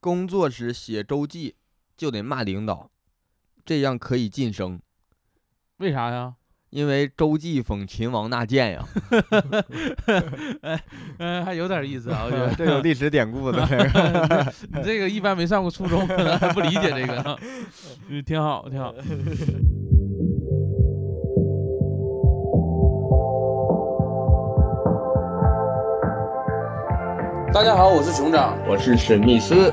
工作时写周记就得骂领导，这样可以晋升，为啥呀？因为周记讽秦王纳谏 呀。嗯，还有点意思啊，我觉 得哦这有历史典故的，这个你这个一般没上过初中，可能还不理解这 个，嗯，挺好， 挺好。大家好，我是熊掌，我是史密斯。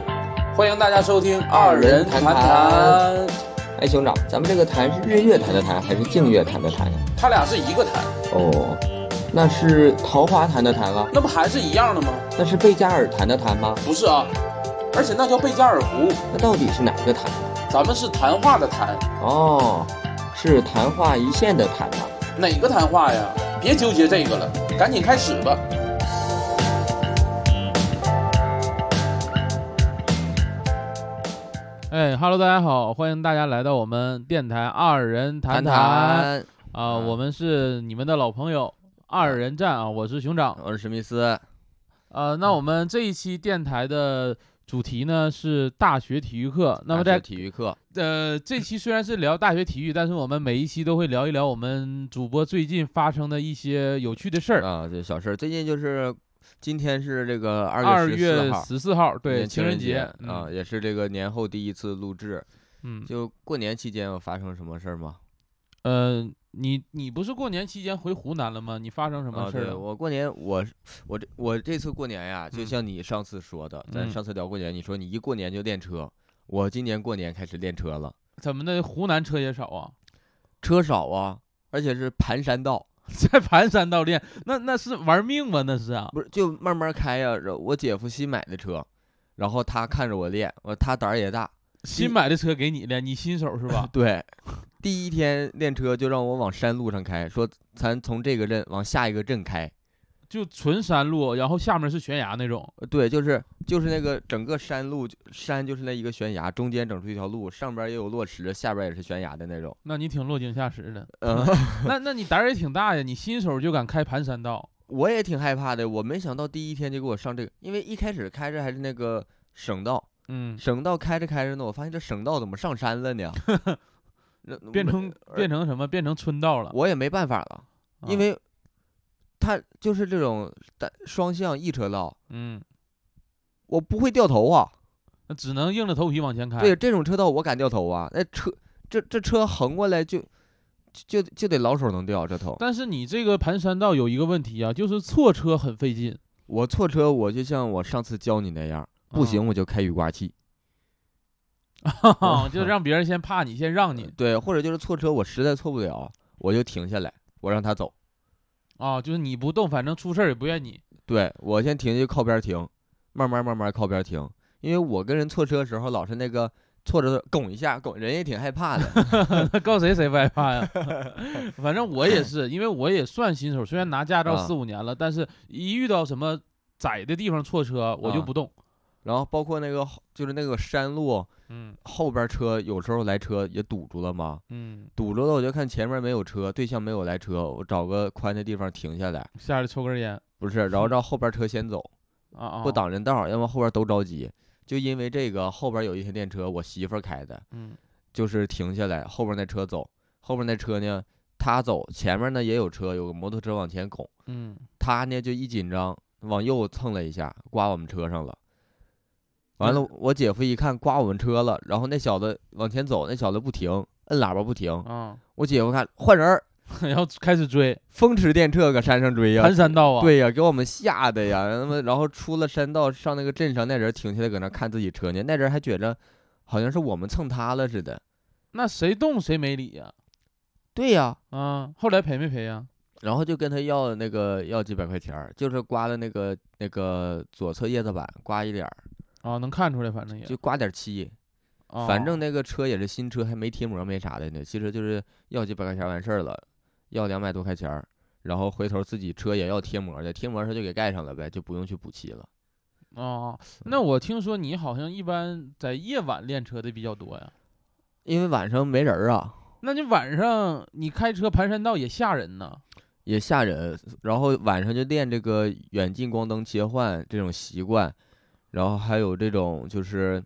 欢迎大家收听二人谈谈。哎，兄长，咱们这个谈是日月谈的谈，还是净月谈的谈呀？他俩是一个谈，哦，那是桃花谈的谈啊？那不还是一样的吗？那是贝加尔谈的谈吗？不是啊，而且那叫贝加尔湖，那到底是哪个谈？咱们是谈话的谈，哦，是昙花一现的谈吧？哪个谈话呀？别纠结这个了，赶紧开始吧。哎哈喽，大家好，欢迎大家来到我们电台二人谈啊、谈，我们是你们的老朋友二人战啊，我是熊掌。我是史密斯，呃，那我们这一期电台的主题呢是大学体育课。那么大学在体育课，呃这期虽然是聊大学体育，但是我们每一期都会聊一聊我们主播最近发生的一些有趣的事儿。啊，这小事儿，最近就是今天是这个二二十月四号，十四号，对，年情情人节节啊，，也是这个年后第一次录制。嗯，嗯就过年期间有发生什么事儿吗？呃，你你不是过年期间回湖南了吗？你发生什么啊，事儿对了？我过年，我是我这我这次过年呀，就嗯像你上次说的，咱嗯上次聊过年，你说你一过年就练车，我今年过年开始练车了，怎么的？湖南车也少啊， 车少啊，而且是盘山道，在盘山道练，那那是玩命吗？那是啊，不是就慢慢开呀、然后我姐夫新买的车，然后他看着我练，我他胆儿也大，新你？买的车给你练，你新手是 吧对，第一天练车就让我往山路上开，说咱从这个镇往下一个镇开，就纯山路，然后下面是悬崖那种。呃对，就是就是那个整个山路，山就是那一个悬崖，中间整出一条路，上边儿也有落石，下边儿也是悬崖的那种。那你挺落井下石的， 嗯，那那你胆儿也挺大呀，你新手就敢开盘山道，我也挺害怕的，我没想到第一天就给我上这个，因为一开始开着还是那个省道，嗯，省道开着开着呢，我发现这省道怎么上山了 呢？那变没成变成什么？变成村道了，我也没办法了，因啊为它就是这种单双向一车道，嗯，我不会掉头啊。那只能硬着头皮往前开。对，这种车道我敢掉头啊，那车这这车横过来就就就就得老手能掉这头。但是你这个盘山道有一个问题啊，就是错车很费劲。我错车，我就像我上次教你那样，不啊行，我就开雨刮器。 就让别人先怕你，先让你对，或者就是错车，我实在错不了，我就停下来，我让他走。啊，就是你不动，反正出事儿也不怨你。 对我先停就靠边儿停，慢慢慢慢靠边儿停，因为我跟人错车的时候老是那个错着拱一下，拱人也挺害怕的。 那告谁谁不害怕呀？ 反正我也是，因为我也算新手，虽然拿驾照啊四五年了，但是一遇到什么窄的地方错车，我就啊不动。然后包括那个后就是那个山路嗯后边儿车有时候来车也堵住了嘛，嗯，堵住了，我就看前面没有车，对象没有来车，我找个宽的地方停下来，下来抽根烟不是，然后让后边车先走，啊啊，不。挡人道，要么后边都着急。就因为这个，后边有一天电车，我媳妇儿开的，嗯就是停下来，后边那车走，后边那车呢，她走，前面呢也有车，有个摩托车往前拱，嗯，她呢就一紧张往右蹭了一下，刮我们车上了。完了，我姐夫一看刮我们车了，然后那小子往前走，那小子不停，摁喇叭不停。啊， 我姐夫看换人儿，然后开始追风驰电掣搁山上追呀、盘山道啊。，对呀、给我们吓的呀。那么然后出了山道，上那个镇上，那人停下来搁那看自己车呢，那人还觉着好像是我们蹭他了似的。那谁动谁没理呀？对呀、啊，后来赔没赔呀？然后就跟他要那个要几百块钱儿，就是刮了那个那个左侧叶子板刮一点儿，啊，能看出来，反正也就，刮点儿漆。啊反正那个车也是新车，还没贴膜没啥的呢。其实就是要几百块钱儿完事儿了，要两百多块钱儿，然后回头自己车也要贴膜的，贴膜他就给盖上了呗，就不用去补漆了。啊，那我听说你好像一般在夜晚练车的比较多呀。因为晚上没人儿啊，那你晚上你开车盘山道也吓人呐。也吓人。然后晚上就练这个远近光灯切换这种习惯，然后还有这种就是，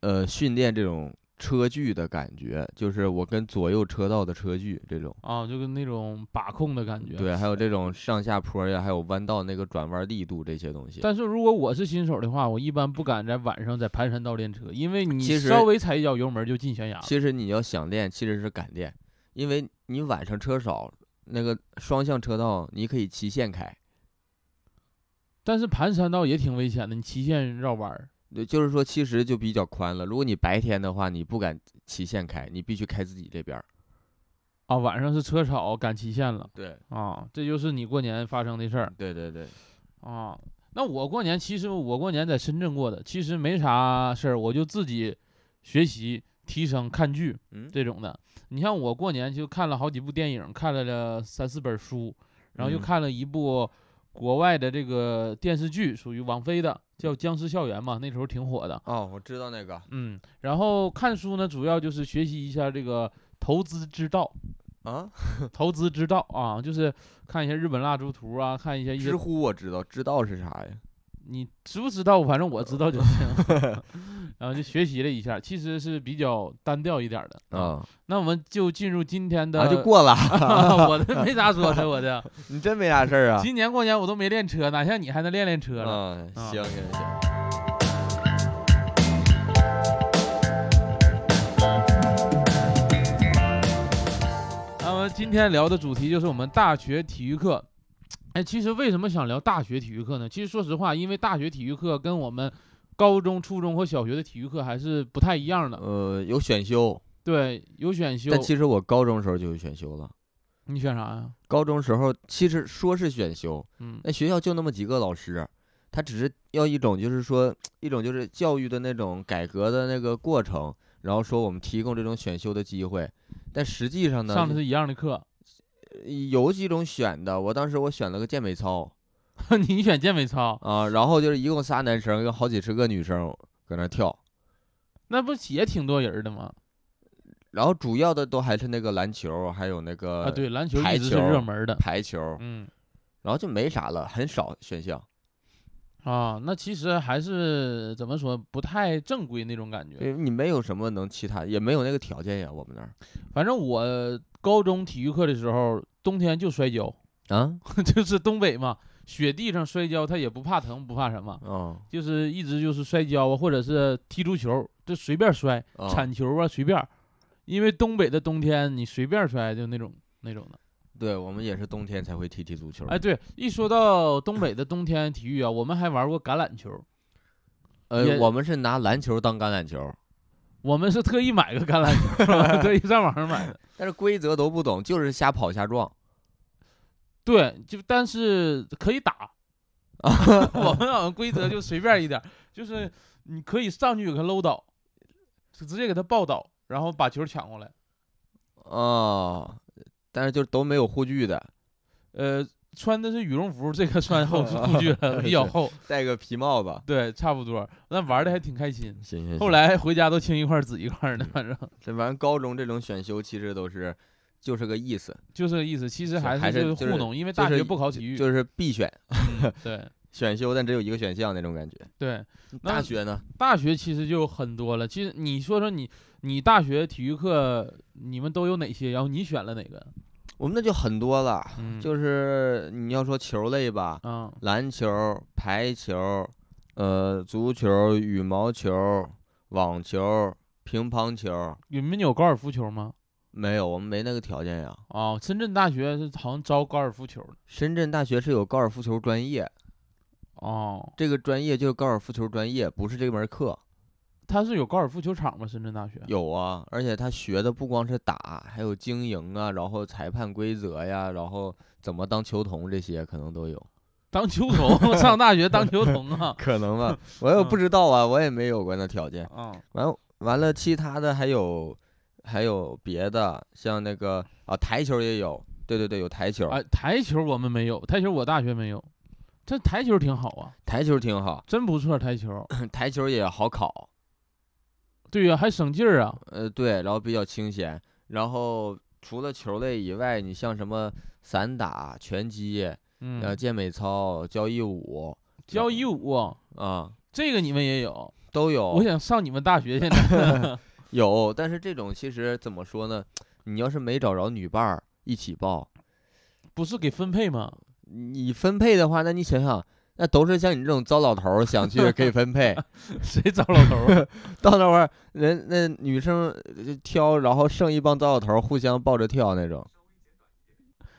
呃，训练这种车距的感觉，就是我跟左右车道的车距这种。啊，就跟那种把控的感觉。对，还有这种上下坡呀，还有弯道那个转弯力度这些东西。但是如果我是新手的话，我一般不敢在晚上在盘山道练车，因为你其实稍微踩一脚油门就进悬崖了。其实你要想练，其实是敢练，因为你晚上车少，那个双向车道你可以骑线开。但是盘山道也挺危险的，你骑线绕弯儿。对，就是说其实就比较宽了。如果你白天的话，你不敢骑线开，你必须开自己这边儿。啊，晚上是车少赶期限了对，啊，这就是你过年发生的事儿嗯对对对，啊。那我过年其实我过年在深圳过的，其实没啥事儿，我就自己学习、提升、看剧嗯，这种的。你像我过年就看了好几部电影，看了了三四本书，然后又嗯看了一部国外的这个电视剧，属于王菲的，叫《僵尸校园》嘛，那时候挺火的。哦，我知道那个嗯，然后看书呢，主要就是学习一下这个投资之道。啊，投资之道啊，就是看一些日本蜡烛图啊，看一些一些知乎我知道，知道是啥呀？你知不知道？反正我知道就行。 然后就学习了一下，其实是比较单调一点儿的。啊那我们就进入今天的，啊， 就过了， 我的没啥说的，我的你真没啥事儿啊。今年过年我都没练车，哪像你还能练练车了？嗯，啊行行行。那么今天聊的主题就是我们大学体育课。哎，其实为什么想聊大学体育课呢？其实说实话，因为大学体育课跟我们高中、初中和小学的体育课还是不太一样的。呃，有选修，对，有选修。但其实我高中时候就有选修了。你选啥呀？高中时候其实说是选修，嗯那学校就那么几个老师，他只是要一种就是说一种就是教育的那种改革的那个过程，然后说我们提供这种选修的机会，但实际上呢，呃上的是一样的课， 有几种选的，我当时我选了个健美操你选健美操，啊，然后就是一共仨男生，有好几十个女生搁那跳，那不也挺多人儿的吗？然后主要的都还是那个篮球，还有那个啊，对，篮球呃排一直是球热门儿的。排球，嗯然后就没啥了，很少选项。啊，那其实还是怎么说，不太正规那种感觉。对你没有什么能其他，也没有那个条件呀，我们那儿反正我高中体育课的时候，冬天就摔跤， 啊，就是东北嘛，雪地上摔跤，他也不怕疼，不怕什么，哦，就是一直就是摔跤啊，或者是踢足球，就随便摔，哦铲球啊，随便儿。因为东北的冬天，你随便儿摔就那种那种的。对我们也是冬天才会踢踢足球。哎，，对，一说到东北的冬天体育啊，我们还玩过橄榄球，也呃，我们是拿篮球当橄榄球，我们是特意买个橄榄 球，特意上网上买的。但是规则都不懂，就是瞎跑瞎撞。对，就但是可以打，啊 我们好像规则就随便一点儿，就是你可以上去给他搂倒，就直接给他抱倒，然后把球抢过来。哦，但是就都没有护具的，呃，穿的是羽绒服，这个穿 后护具了，比较是厚，戴个皮帽子。对，差不多。那玩的还挺开心，行行后行来回家都青一块儿紫一块儿的，反正这玩意儿高中这种选修其实都是，就是个意思，就这个意思。其实是还还是是就糊是弄，因为就大是学不考体育，就是必选嗯对选修，但只有一个选项那种感觉。对，那大学呢？大学其实就很多了。其实你说说你，你大学体育课你们都有哪些？然后你选了哪个？我们那就很多了，嗯，就是你要说球类吧，啊，篮球、排球、呃，足球、羽毛球、网球、乒乓球，你们有高尔夫球吗？没有，我们没那个条件呀。啊，深圳大学是好像招高尔夫球的。深圳大学是有高尔夫球专业，哦，这个专业就是高尔夫球专业，不是这门课。它是有高尔夫球场吗？深圳大学？有啊，而且他学的不光是打，还有经营啊，然后裁判规则呀，然后怎么当球童这些可能都有。。当球童，上大学当球童 啊可能吧， 我也不知道啊，我也没有过那条件。啊，完完了，其他的还有还有别的，像那个啊台球也有，对对对，有台球，哎，台球我们没有，台球我大学没有。这台球挺好啊，台球挺好，真不错，台球。台球也好考，对呀、还省劲儿啊。呃对，然后比较清闲，然后除了球类以外，你像什么散打、拳击、呃嗯，健美操、交谊舞交谊舞啊、这个你们也有。都有。我想上你们大学现在，有，但是这种其实怎么说呢？你要是没找着女伴儿一起报，不是给分 配吗？你分配的话，那你想想，那都是像你这种糟老头儿想 去给分配，谁找老头儿啊？ 到那会儿人那女生呃挑，然后剩一帮糟老头儿互相抱着跳那种。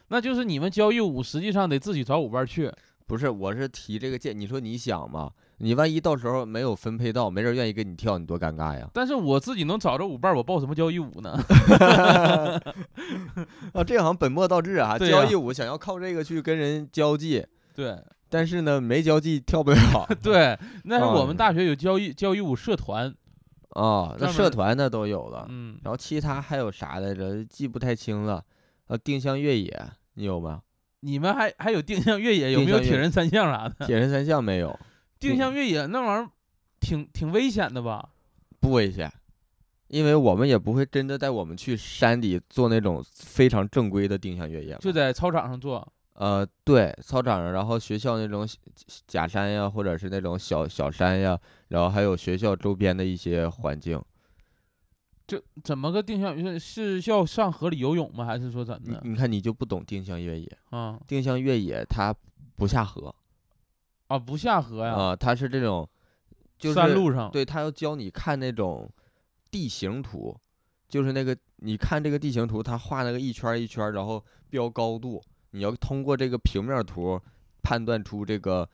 那就是你们交谊舞实际上得自己找舞伴儿去。不是，我是提这个建，你说你想嘛？你万一到时候没有分配到，没人愿意跟你跳，你多尴尬 呀！但是我自己能找着舞伴儿，我报什么交谊舞 呢？啊，这好像本末倒置啊！对交呀谊舞想要靠这个去跟人交际，对但是呢，没交际跳不了。 对，那是我嗯们大学有交谊交谊舞社团，啊，那专社门团那都有了，嗯，然后其他还有啥来着？记不太清了。呃，定向越野你有 吗？你们还还有定向越野，有定没有向越铁野人三项啥的？铁人三项没有，定向越野那玩意儿挺挺危险的吧？不危险，因为我们也不会真的带我们去山里做那种非常正规的定向越野嘛。就在操场上做，呃，对，操场上，然后学校那种小假山呀，或者是那种小小山呀，然后还有学校周边的一些环境。这怎么个定向越野？是是要上河里游泳吗？还是说怎你么的？你看，你就不懂定向越野。啊定向越野它不下河啊，不下河呀，啊、它是这种，就是山路上。对，他要教你看那种地形图，就是那个你看这个地形图，他画那个一圈儿一圈儿，然后标高度，你要通过这个平面儿图判断出这个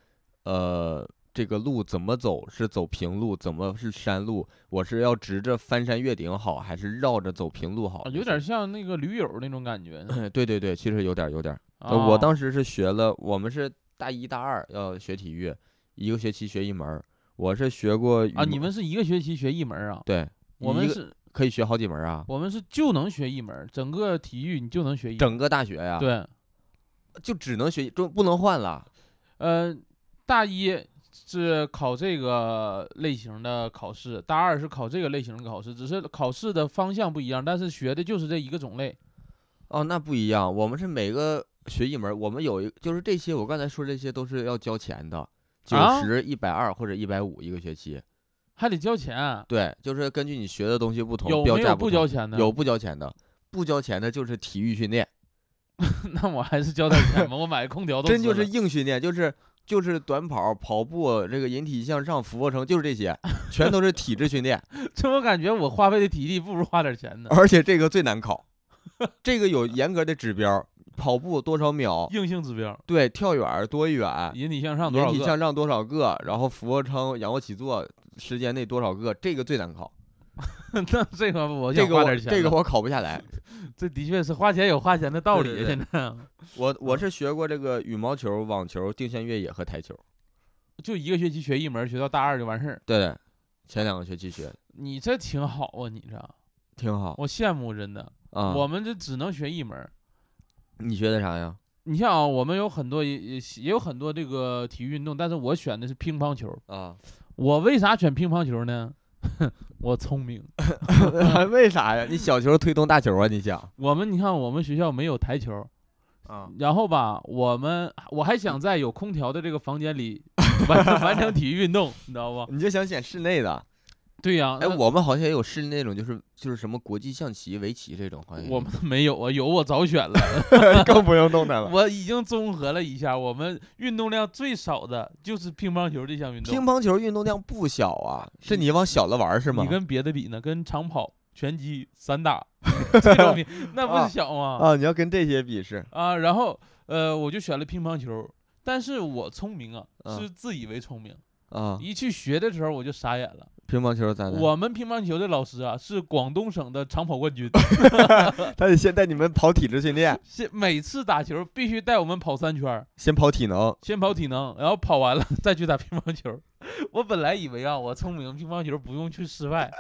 呃这个路怎么走，是走平路，怎么是山路，我是要直着翻山越顶好，还是绕着走平路好啊这些？有点像那个驴友那种感觉。对对对，其实有点儿有点儿。呃啊我当时是学了，我们是大一大二要学体育，一个学期学一门儿。我是学过啊，语你文们是一个学期学一门儿啊？对，我一们个是，可以学好几门儿啊，我们是就能学一门儿，整个体育你就能学一门整个大学呀、儿。，啊对，就只能学，就不能换了。呃，大一是考这个类型的考试，大二是考这个类型的考试，只是考试的方向不一样，但是学的就是这一个种类。哦，那不一样，我们是每个学一门儿，我们有一就是这些，我刚才说这些都是要交钱的，九啊十、一百二或者一百五一个学期。还得交钱啊、对，就是根据你学的东西不同，有标没价有不同交钱的？有，不交钱的，不交钱的就是体育训练， 那我还是交点钱吧。我买个空调都真撕就是了硬训练，就是。就是短跑、跑步，这个引体向上、俯卧撑，就是这些，全都是体质训练，这，我感觉我花费的体力不如花点钱呢。而且这个最难考，这个有严格的指标儿，跑步多少秒，硬性指标，对，跳远儿多远，引体向上多啊引少体个？向上多少个，然后俯卧撑、仰卧起坐时间内多少个，这个最难考。 那这个我这想个花我点钱这个呢我考不下 来。这的确是花钱有花钱的道理对对啊。对现在 我我是学过这个羽毛球、网球、定向越野和台球。就一个学期学一门，学到大二就完事儿。对，前两个学期学你这挺好啊，你这挺好我羡慕真的。啊。我们这只能学一门。你学的啥呀？你像啊，我们有很多也也也有很多这个体育运动，但是我选的是乒乓球。啊，我为啥选乒乓球呢？ 我聪明。 为啥呀？你小球推动大球啊？你想我们你看，我们学校没有台球，啊？然后吧，我们我还想在有空调的这个房间里 完成完成体育运动，你知道不？你就想选室内的？对呀、哎，那我们好像也有室内那种，就是就是什么国际象棋、围棋这种，好像我 们没有啊，有我早选了。更不用动弹 了。 我已经综合了一下，我们运动量最少的就是乒乓球这项运动。乒乓球运动量不小啊，是你往小了玩儿是吗？你跟别的比呢？跟长跑、拳击、散打这种比，那不啊是小吗？啊，你要跟这些比是啊，然后呃，我就选了乒乓球，但是我聪明啊，啊是自以为聪明，啊，一去学的时候我就傻眼了。乒乓球咋的？我们乒乓球的老师啊，是广东省的长跑 冠军，他得先带你们跑体质训练，是每次打球必须带我们跑三圈儿，先跑体能。先跑体能，然后跑完了 再去打乒乓球。 我本来以为啊，我聪明，乒乓球不用去室外，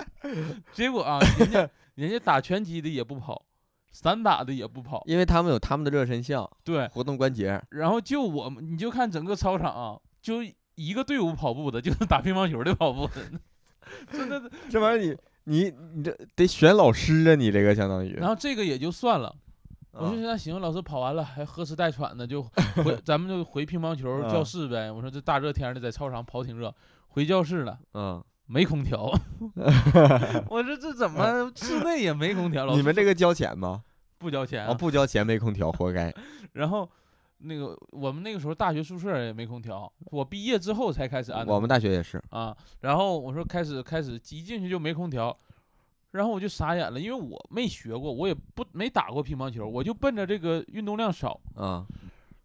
结果啊，人家人家打拳击的也不跑，散打的也不跑，因为他们有他们的热身项，对，活动关节。然后就我们，你就看整个操场啊，就一个队伍跑步的， 就是打乒乓球的跑步的，真的。这玩意儿你你你这得选老师啊，你这个相当于。然后这个也就算了，我啊就说那行，老师跑完了还呵哧带喘的，就回咱们就回乒乓球教啊室呗。我说这大热天的在操场跑挺热，回教室了，嗯，没 空调。我说这怎么室内也没空调？老嗯你师哎们这个交钱吗？不交钱、啊，不交钱没空调，活该。然后那个我们那个时候大学宿舍也没空调，我毕业之后才开始安的我们大学也是，啊。然后我说开始开始一进去就没空调，然后我就傻眼了，因为我没学过，我也不没打过乒乓球，我就奔着这个运动量少。嗯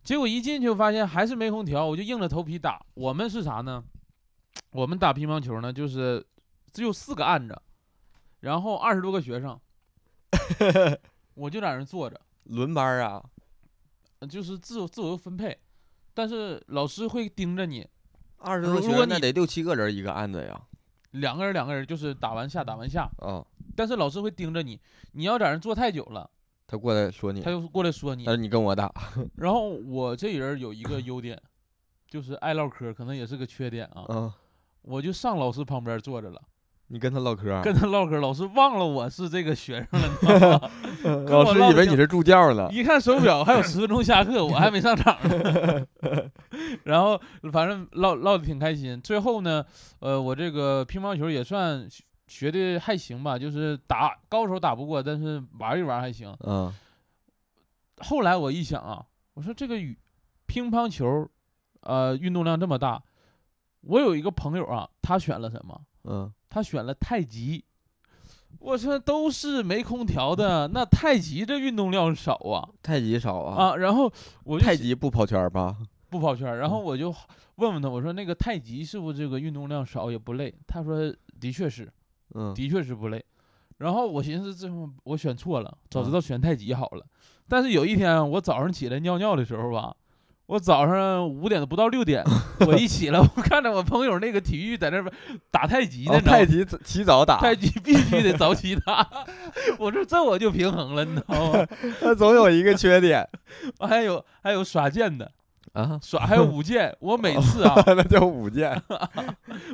结果一进去发现还是没空调，我就硬着头皮打。我们是啥呢？我们打乒乓球呢，就是只有四个案子，然后二十多个学生，我就在那儿坐着。轮班儿啊，呃就是自由自由分配，但是老师会盯着你，二十如多个学如果生那你得六七个人一个案子呀。两个人两个人就是打完下打完下，嗯，但是老师会盯着你，你要在那儿坐太久了，他过来说你他，就过来说你他。说你跟我打，然后我这人有一个优点，就是爱唠嗑，可能也是个缺点啊，嗯，我就上老师旁边坐着了，你跟他唠嗑儿，跟他唠嗑，老师忘了我是这个学生了，你知道 吗？跟老我师唠以为嗑你是助教呢。一看手表，还有十分钟下课，我还没上场呢。 然后反正唠唠的挺开心。最后呢，呃，我这个乒乓球也算学学的还行吧，就是打高手打不过，但是玩一玩还行。嗯，后来我一想啊，我说这个羽乒乓球，呃，运动量这么大，我有一个朋友啊，他选了什么？嗯，他选了太极。我说都是没空调的，那太极这运动量少啊太极少啊，啊！然后我就太极嗯不跑圈儿吧？不跑圈儿，然后我就问问他，我说那个太极是不是这个运动量少也不累？他说的确是，嗯，的确是不累。然后我寻思这么我选错了，早嗯知道选太极好了。但是有一天啊我早上起来尿尿的时候吧，我早上五点不到 六点，我一起来，我看着我朋友那个体育在那边打太极呢，哦你知道太吗极早起早打，太极必须得早起 打，我说这我就平衡了，你知道吗？他总有一个缺点 还有还有耍剑的，啊， 耍还有舞剑，我每次啊，那叫舞剑，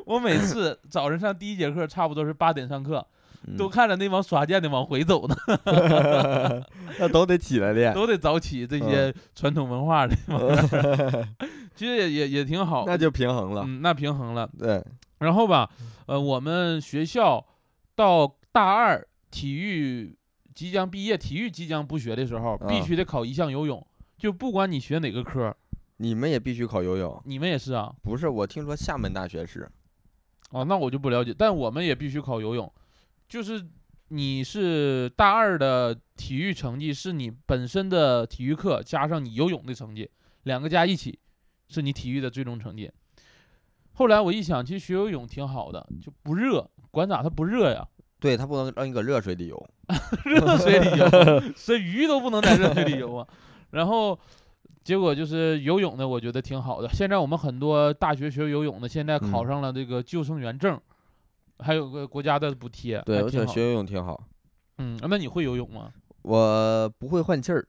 我每次早晨上第一节课，差不多是八点上课，嗯 都看着那帮耍剑的往 回走呢，那都得起来练。都得早起。这些嗯传统文化的嘛， 其实也也也挺好，那就平衡了。嗯，那平衡了。对，然后吧，呃，我们学校到大二体育即将毕业，体育即将不学的时候，必啊须得考一项游泳，就不管你学哪个科儿，你们也必须考游泳。你们也是啊。不是，我听说厦门大学是，哦，那我就不了解，但我们也必须考游泳，就是你是大二的体育成绩是你本身的体育课加上你游泳的成绩，两个加一起是你体育的最终成绩。后来我一想，其实学游泳挺好的，就不热，管咋它不热呀，对他不能让你搁热水里游。 热水里 游，这鱼都不能在热水里游啊。然后结果就是游泳呢，我觉得挺好的。现在我们很多大学学游泳的，现在考嗯上了这个救生员证，还有个国家的补贴，对，还我觉挺得好学。游泳挺好。嗯，那你会游泳吗？我不会换气儿，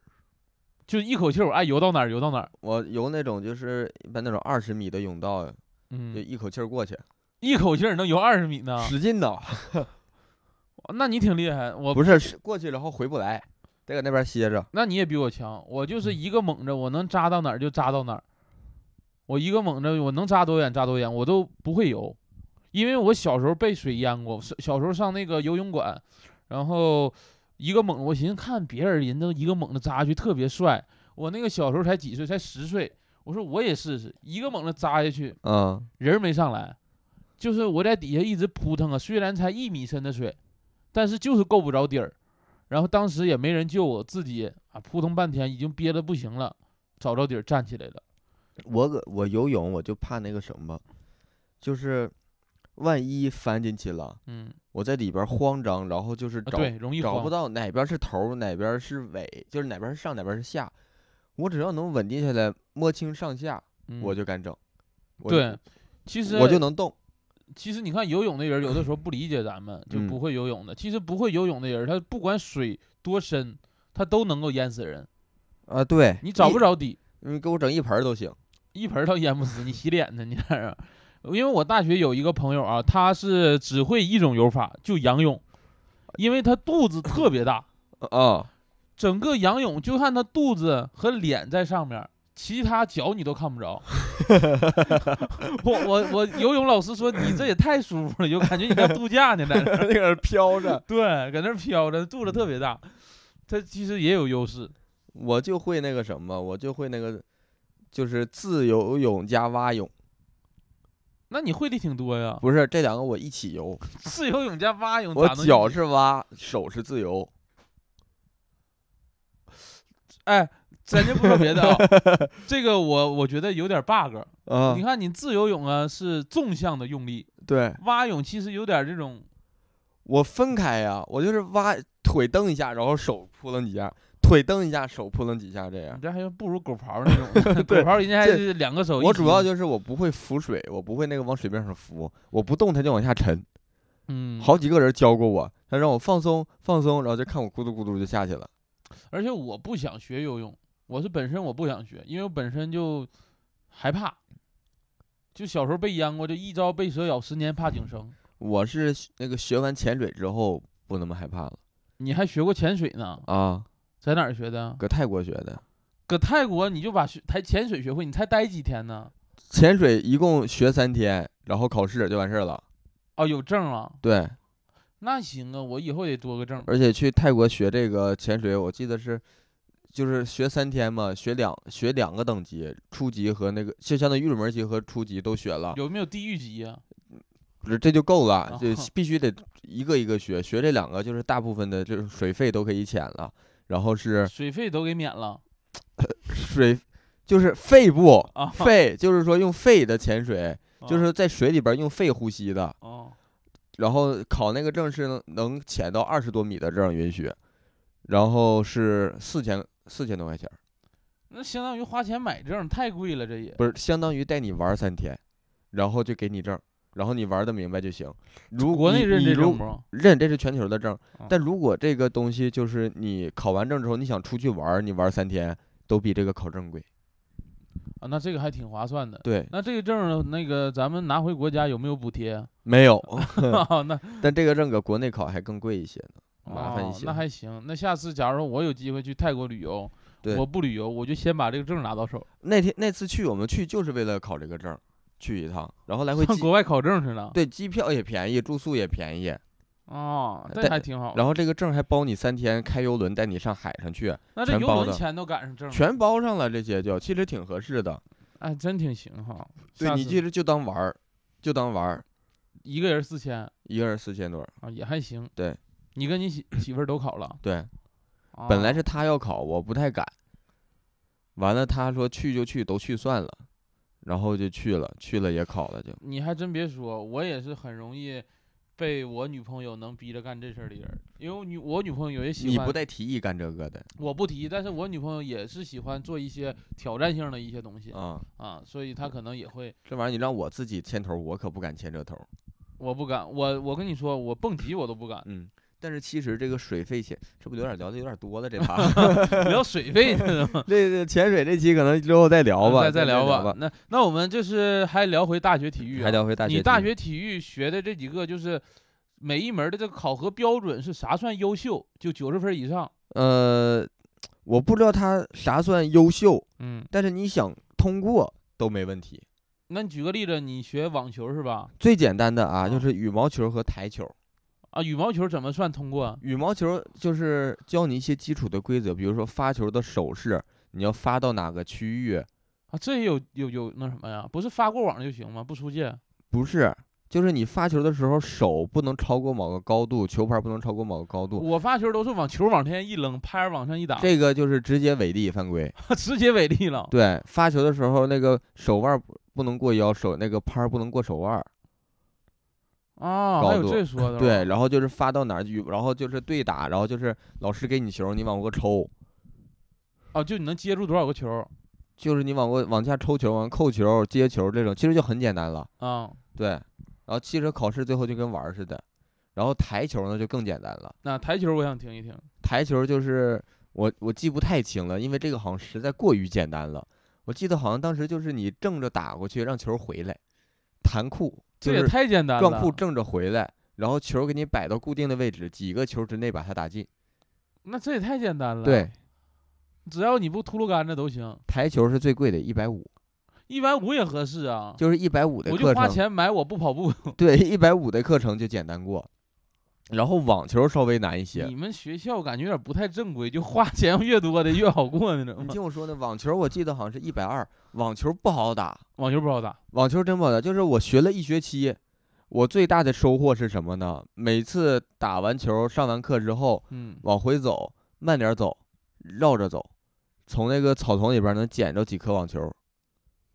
就一口气儿，爱哎游到哪儿游到哪儿。我游那种就是一般那种二十米的泳道，就嗯，啊一口气儿过去，一口气儿能游二十米呢，使劲呐。那你挺厉害。我不是，是过去然后回不来，得搁那边歇着。那你也比我强，我就是一个猛着，我能扎到哪儿就扎到哪儿。我一个猛着，我能扎多远扎多远，我都不会游，因为我小时候被水淹过。小小时候上那个游泳馆，然后一个猛，我寻思看别人人都一个猛子扎下去特别帅，我那个小时候才几岁，才十岁，我说我也试试，一个猛子扎下去，嗯，人儿没上来，就是我在底下一直扑腾啊，虽然才一米深的水，但是就是够不着底儿。然后当时也没人救我，自己啊扑腾半天，已经憋得不行了，找着底儿站起来了。我搁我游泳我就怕那个什么，就是万一翻进去了，嗯，我在里边儿慌张，然后就是啊找对，容易找慌不到哪边儿是头儿，哪边儿是尾，就是哪边儿是上，哪边儿是下。我只要能稳定下来，摸清上下，嗯我就敢整。我就对。其实我就能动。其实你看游泳的人，有的时候不理解咱们，就嗯不会游泳的。其实不会游泳的人，他不管水多深，他都能够淹死人。啊，对你找不一，着底，你给我整一盆儿都行。一盆儿都淹不死，你洗脸呢？你在这儿？因为我大学有一个朋友啊，他是只会一种游法，就仰泳，因为他肚子特别大，啊，整个仰泳就看他肚子和脸在上面，其他脚你都看不着。我我我游泳老师说你这也太舒服了，有感觉你像度假呢，在那儿 那个人飘着，对，搁那儿飘着，肚子特别大。他其实也有优势， 我就会那个什么，我就会那个，就是自由泳加蛙泳，那你会的挺多呀。不是这两个我一起游，自由泳加蛙泳，我咋能一脚起是蛙，手是自由。哎，咱就不说别的啊， 这个我我觉得有点 bug。啊你，看你自由泳啊是纵向的用力，对蛙泳其实有点这种我分开呀、我就是蛙腿蹬一下，然后手扑棱几下，腿蹬一下，手扑棱几下这样你。这还有不如狗刨 那种，狗对刨人家还这是两个手一起。我主要就是我不会浮水，我不会那个往水面上浮，我不动它就往下沉。嗯，好几个人教过我，他让我放松放松，然后就看我咕嘟咕嘟就下去了。而且我不想学游泳，我是本身我不想学，因为我本身就害怕，就小时候被淹过，就一朝被蛇咬，十年怕井绳。我是学那个学完潜水之后不那么害怕了你还学过潜水呢，啊，在哪儿学的？搁泰国学的。搁泰国你就把学才潜水学会，你才待几天呢？潜水一共学三天，然后考试就完事儿了。哦，有证啊，对，那行啊，我以后得多个证。而且去泰国学这个潜水，我记得是就是学三天嘛，学两学两个等级，初级和那个就相当于入门级和初级都学了，有没有地狱级啊呀、这这就够了，就哦必须得一个一个学，学这两个就是大部分的就是水费都可以潜了，然后是水费都给免了水就是肺部啊？肺，就是说用肺的潜水，就啊是在水里边用肺呼吸的，哦，然后考那个证是能能潜到二十多米的证允许，然后是四千四千多块钱儿，那相当于花钱买证，太贵了，这也。不是相当于带你玩儿三天，然后就给你证，然后你玩的明白就行。如国内你认你这如证不？认这是全球的证嗯，但如果这个东西就是你考完证之后你想出去玩儿，你玩儿三天都比这个考证贵。啊，那这个还挺划算的。对，那这个证儿，那个咱们拿回国家有没有补 贴啊？没有，那但这个证搁国内考还更贵一些呢，麻烦一哦些。那还行。那下次假如说我有机会去泰国旅游，对我不旅游，我就先把这个证拿到手，那天那次去我们去就是为了考这个证，去一趟，然后来回上机国外考证去了。对，机票也便宜，住宿也便宜，哦，这但还挺好。呃然后这个证还包你三天开游轮带你上海上去，那这全游包轮的钱都赶上证了，全包上了，这些就其实挺合适的。哎，真挺行哈。对下你次其实就当玩儿，就当玩儿，一个人四千一个人四千多儿。啊，也还行。对，你跟你媳媳妇儿都考了，对，本来哦是他要考，我不太敢。完了，他说去就去，都去算了，然后就去了，去了也考了就，你还真别说，我也是很容易被我女朋友能逼着干这事儿的人儿，因为我女我女朋友也喜欢。你不带提议干这个的我不提，但是我女朋友也是喜欢做一些挑战性的一些东西啊、啊，所以她可能也会。这玩意儿你让我自己牵头，我可不敢牵这头。，我不敢，我我跟你说，我蹦极我都不敢 嗯，但是其实这个水费钱，这不有点聊的有点多 了这趴。聊水费呢。这这潜水这期可能之后再聊吧，嗯再再聊吧。嗯吧。那那我们就是还聊回大学体育、啊，还聊回大学，你大学体育学的这几个，就是每一门儿的这个考核标准是啥算优秀？就九十分以上。呃，我不知道他啥算优秀，嗯，但是你想通过都没问题。那你举个例子，你学网球是吧？最简单的啊，啊就是羽毛球和台球。啊，羽毛球怎么算通过？啊羽毛球就是教你一些基础的规则，比如说发球的手势，你要发到哪个区域，啊，这也有有有那什么呀？不是发过网就行吗？不出界。不是，就是你发球的时候手不能超过某个高度，球拍不能超过某个高度，我发球都是往球往天一扔，拍儿往上一打，这个就是直接违例犯规。 直接违例了。对，发球的时候那个手腕不不能过腰，手那个拍儿不能过手腕儿。啊，高还有度 这说的。对，，然后就是发到哪儿去，然后就是对打，然后就是老师给你球，你往过抽，哦，就你能接住多少个球儿就是你往过往下抽球，往扣球、接球这种，其实就很简单了。啊？对，然后其实考试最后就跟玩儿似的，然后台球呢就更简单了。那台球我想听一听。台球就是我我记不太清了，因为这个好像实在过于简单了。我记得好像当时就是你正着打过去，让球回来，弹库就这也是太简单了。撞库正着回来，然后球给你摆到固定的位置，几个球之内把它打进。那这也太简单了。对，只要你不秃噜杆子都行，台球是最贵的，一百五，一百五也合适啊。就是一百五的我课就花程，钱买我不跑步。对，一百五的课程就简单过。然后网球稍微难一些，你们学校感觉有点不太正规，就花钱越多的越好过那种你。听我说呢，网球我记得好像是一百二，网球不好打，网球不好打，网球真不好打。就是我学了一学期，我最大的收获是什么呢？每次打完球上完课之后，嗯，往回走，慢点儿走，绕着走，从那个草丛里边儿能捡着几颗网球。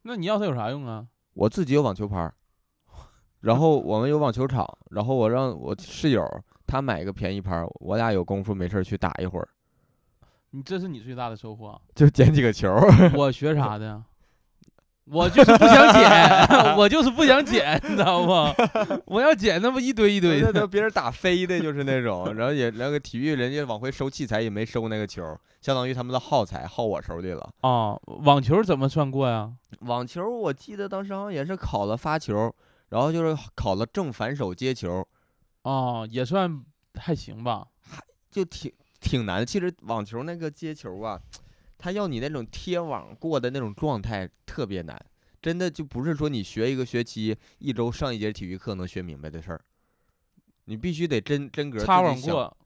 那你要它有啥用啊？我自己有网球拍儿，然后我们有网球场，然后我让我室友儿他买个便宜拍儿，我俩有功夫没事儿去打一会儿，你这是你最大的收获 啊。就捡几个球儿。我学啥的呀？我就是不想捡， 我就是不想捡，你知道吗？我要捡，那不一堆一 堆那的。都别人打飞的，就是那种，然后也那个体育人家往回收器材也没收那个球儿，相当于他们的耗材耗我手里了。啊，网球怎么算过呀？网球我记得当时好像也是考了发球，然后就是考了正反手接球，啊，也算还行吧。就挺挺难。其实网球那个接球啊，它要你那种贴网过的那种状态特别难，真的就不是说你学一个学期、一周上一节体育课能学明白的事儿。你必须得真真格擦自己网想，过